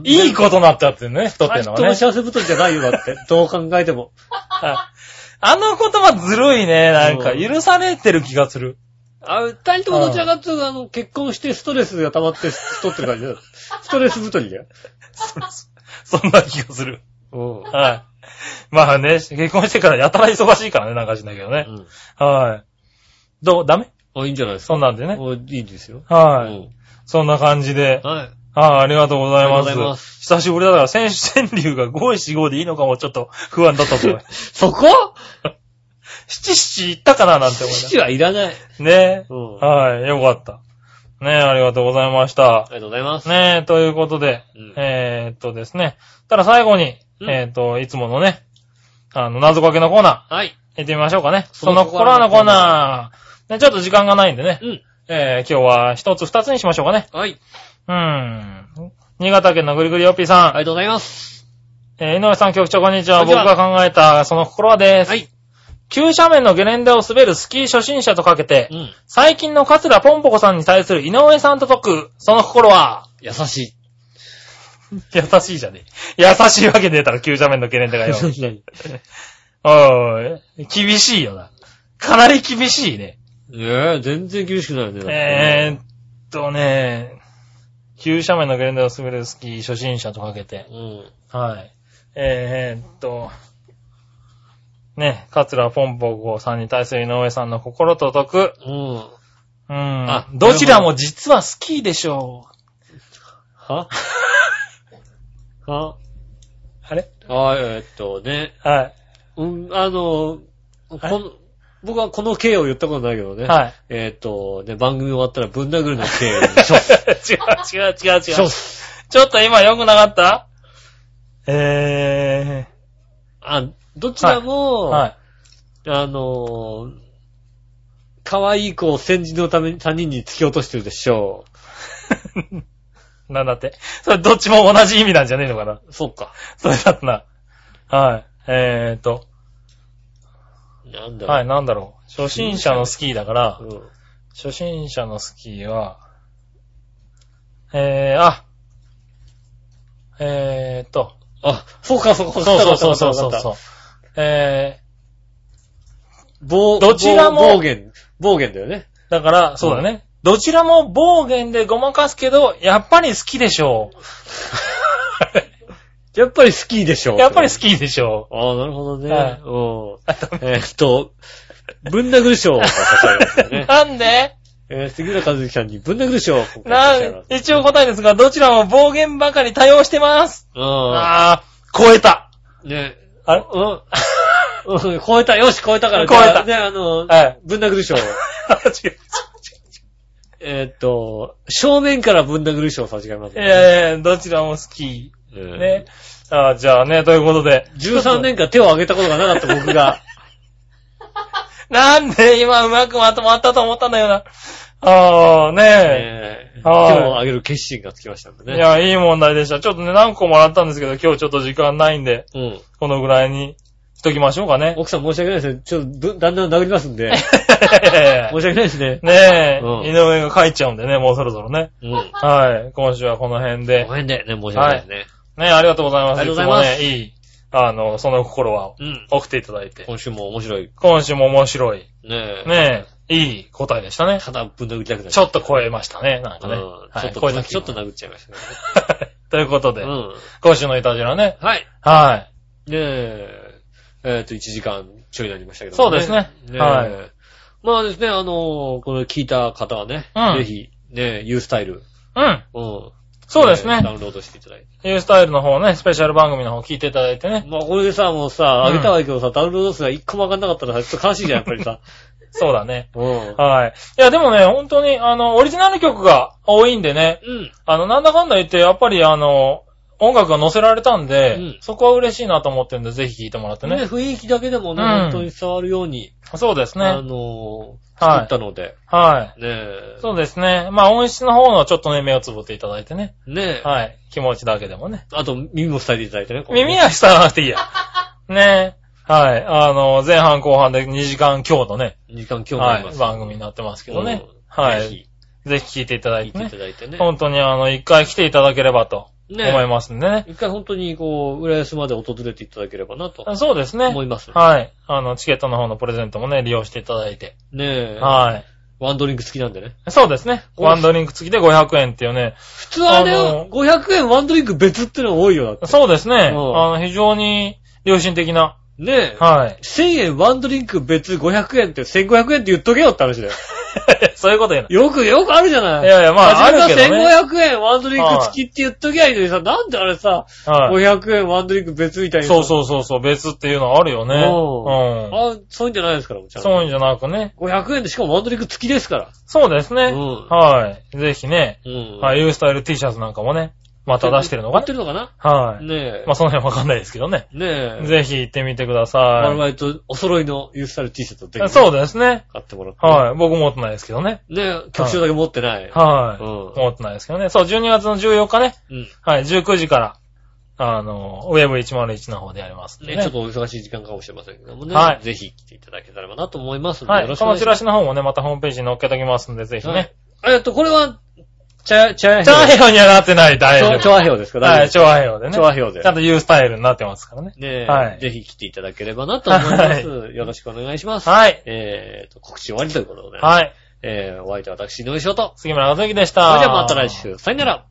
うん。
いいことになっちゃってるね、太って
二
る
人
の
とも
はね。
幸せ太りじゃないよ、だって。どう考えても。
あの言葉ずるいね、なんか、
うん
許されてる気がする。
あ、二人ともどちらかっていうと、あの、結婚してストレスが溜まって太ってる感じだよ。ストレス太りだよ。
そんな気がする。
うん。
はい。まあね、結婚してからやたら忙しいからね、なんかしないけどね。
うん。
はい。どうダメ
あ、いいんじゃないですか。
そんなんでね。
おいいんですよ。
はい。
うん
そんな感じで。
はい。
はい、ありがとうござい
あ
ま
り
す。
がとうございま
久しぶりだから、選手川柳が545でいいのかもちょっと不安だったと思う。
そこ
七七いったかななんて思いなが
父はいらない。
ら。ね。
うん
はい、よかった。ねありがとうございました
あ。りがとうございます。
ねえ、ということで、
うん
えー、っとですね。ただ最後に、
うん
えー、っと、いつものね、あの、謎かけのコーナ
はい。
ー、行ってみましょうかね。
そ
その
の心
心の
の
コ
コ
ー
ーナー
ナー。ね、ちょっと時間がないんでね。
うん。
えー、今日は一つ二つにしましょうかね。
はい。
うーん。新潟県のぐりぐりよっぴーさん。
ありがとうございます。
えー、井上さん局長こんにちは。
こんに
僕
ちは
が考えた、その心はです。
はい。
急斜面のゲレンデを滑るスキー初心者とかけて
う、ん。
最近の桂ポンポコさんに対する井上さんと解く、その心は
優しい。
優しいじゃねえ。優しいわけねえだろ、急斜面のゲレン デがよ。
い。
おーい。厳しいよな。かなり厳しいね。
ええ、全然厳しくないよね。だって
えー、っとね、急斜面のゲレンデを滑るスキー初心者とかけて。
うん。
はい。えー、っと、ね、桂ポンポコさんに対する井上さんの心と解く。
うん。
うん。
あ
どちらも実はスキーでしょう。
はは
あれ
あえーっとね。
は
うん、あの、こ
はい
の、僕はこの刑を言ったことないけど
い。
ね。
はい。
えーっと、ね、番組終わったらぶん殴るの刑を
違う違う違う違う。
しょっ
ちょっと今良くなかったえ
あ、どちらも、
ー、はい。
あのー、可愛い子を戦時のために他人に突き落としてるでしょ
なんだって。それどっちも同じ意味なんじゃねえのかな。
う。そうか。
それだったな。はい。えーと、
なんだろう。
はい、なんだろう。初心者のスキーだから
う、ん。
初心者のスキーは、えー、あ、えーと、
あ、そうか、そうか、
そうそうそうそう
わ
そ
か
う
ったわかったわかった
え
暴、
どちらも
暴言、暴言だよね。
ー、だから、そうだね。どちらも暴言でごまかすけど、やっぱり好きでしょ
やっぱり好きでしょ
う。
う。
やっぱり好きでしょ
ああ、なるほどね。
は
う
い
ん。えーっと、文殴る賞が差し上げますよ
う。。
ね
なんで
えー杉浦和樹さんに文殴る賞を差し
な
上げま
ん、一応答えですが、どちらも暴言ばかり対応してます。
す。
あー、超えた。
うん。ね。
あれ
うん。うん超えた、よし、超えたから。
超えた
じゃあね、あの、
はい。
ぶん殴る賞。
違う。
えーっと、正面からぶん殴る賞を差し上げます
い
ね。
やいや、どちらも好き。
うん
ね。あーじゃあね、ということで。
13年間手を挙げたことがなかった僕 が。
なんで今うまくまとまったと思ったんだよな。ああ、ね
えー手
はい
を挙げる決心がつきましたんで
え。
ね。
いや、いい問題でした。ちょっとね、何個もらったんですけど、今日ちょっと時間ないんで、
うん。
このぐらいにしときましょうかね。
奥さん申し訳ないですね。ちょっとぶん、だんだん殴りますん で。申し訳ないですね。
ねえ、
うん
井上が帰っちゃうんでね、もうそろそろね。
うん。こ
はい。今週はこの辺
の
で。
辺でね、申し訳ないですね。
ねえ、ありがとうございます。
ありがとうございます
つもね、いい、あの、その心は
うん。
送っていただいて。
今週も面白い。
今週も面白い。
ねえ。
ねえ、いい答えでしたね。
ただぶん殴りたくな
ちょっと超えましたね、なん
う
か
ん
ね。
ちょっと、
はい、超えた気
ちょっと
分
殴っちゃいましたけ
ということで、
どね。
今週のイタジラね。
うん。はい。
は
ねえ、えっ、と、1時間ちょいになりましたけど
そうですね
ねえ
はい
まあですね、あのーこれ聞いた方はね、
うん
ぜひ、ねえ、ユースタイル、
い。うん。
うん。
そうです
え
ね
ーダ。ウンロードしていただいて。
ユースタイルの方ね、スペシャル番組の方聞いていただいてね。
まあ、これでさ、もうさ、あげたはいいけどさ、ダウンロード数が1個も上がんなかったらさ、ちょっと悲しいじゃん、やっぱりさ。
そうだね。
うん。
はい。いや、でもね、本当に、あの、オリジナル曲が多いんでね、
うん。
あの、なんだかんだ言って、やっぱり、あの、音楽が載せられたんで、
うん
そこは嬉しいなと思ってるんで、ぜひ聴いてもらって
ね、
ね。
雰囲気だけでもね、
うん
本当に伝わるように、
そうです
あの
ね。
ー
はい
作ったので、
は
ねえ
い。、そうですね。まあ、音質の方のちょっとね、目をつぶっていただいてね。
ねえ、
はい。気持ちだけでもね。
あと耳も伝えていただいてね。こうね
耳はしたらなくていいや。 ねえ。はい。あの、前半後半で2時間強のね、
時間興味あ
は
りま
い、
す。
番組になってますけどね
うん。
は
ぜ
い。
ひ、
ぜひ聞いていただいて
聞いて
ね
い。ただいてね。
本当にあの、一回来ていただければと
ね
思いますんでね。
一回本当にこう、浦安まで訪れていただければなと
そうですね。
思います。
はい。あの、チケットの方のプレゼントもね、利用していただいて。
ねえ。
は
ワンドリンク付きなんでね。
い。そうですね。ワンドリンク付きで500円っていうね。
普通あれ
あ
よ
の、
500円ワンドリンク別ってのが多いよ、だって。
そうですね。あ
うん
の、非常に良心的な。
ねえ。
はい。
1000円ワンドリンク別500円って1500円って言っとけよって話だよ。
そういうこと言う
よく、よくあるじゃない
いやいやまあ
初め
あるけどね
は1500円ワンドリンク付きって言っときゃいいのにさ、なんであれさ、
の。はい。
500円ワンドリンク別みたいにさ
そうそうそうそう、別っていうのあるよね。
うん。
うん。
あ、そういうんじゃないですから、もうちゃんと
そういうんじゃなくね。
500円でしかもワンドリンク付きですから。
そうですね。
うん
はい。ぜひね、
うん
はい、ユースタイル T シャツなんかもね、また出してるの
や
か
っ
な
てるのかな
はい。
ねえ。
まあ、その辺わかんないですけどね。
ねえ。
ぜひ行ってみてくだ
我
さ
々とお揃いのユースタイル T シャツをぜ
い。
ひ
そうですね。
買ってもらって。
はい。僕持ってないですけどね。
い。ねえ、局長だけ持ってない。
はい。
う
持ってないですけどね。そう、12月の14日ね。
ん。うん。
はい、19時から、あの、ウェブ101の方でやりますんで
ね、
ね。
ちょっとお忙しい時間かもしれませんけどもね。
はい
ぜひ来ていただけたらなと思いますので、
は
よろ
い。
しく
そ
お願
の
い
チ
し
ラ
ます。
シの方もね、またホームページに載っけときますんで、ぜひね。
はい。えっと、これは、チャ、チャ
チャ
ヤ
ー
ヘ
ヘオにはなってない、大
ヨ
丈
で。チ
夫。
ョアヘヨですか
はい、
大
チ
丈
ョアヘオ
夫
でね。
チョアヘヨで
ちゃ。んと U スタイルになってますからね。
ねえ、
はい
ぜひ来ていただければなと思います。よろしくお願いします。
はい。
えっと、告知終わりということでね。
はい。
えー、お相手は私、井上翔と。
杉村和之でし
そ
た。
れではまた来。週。さよなら。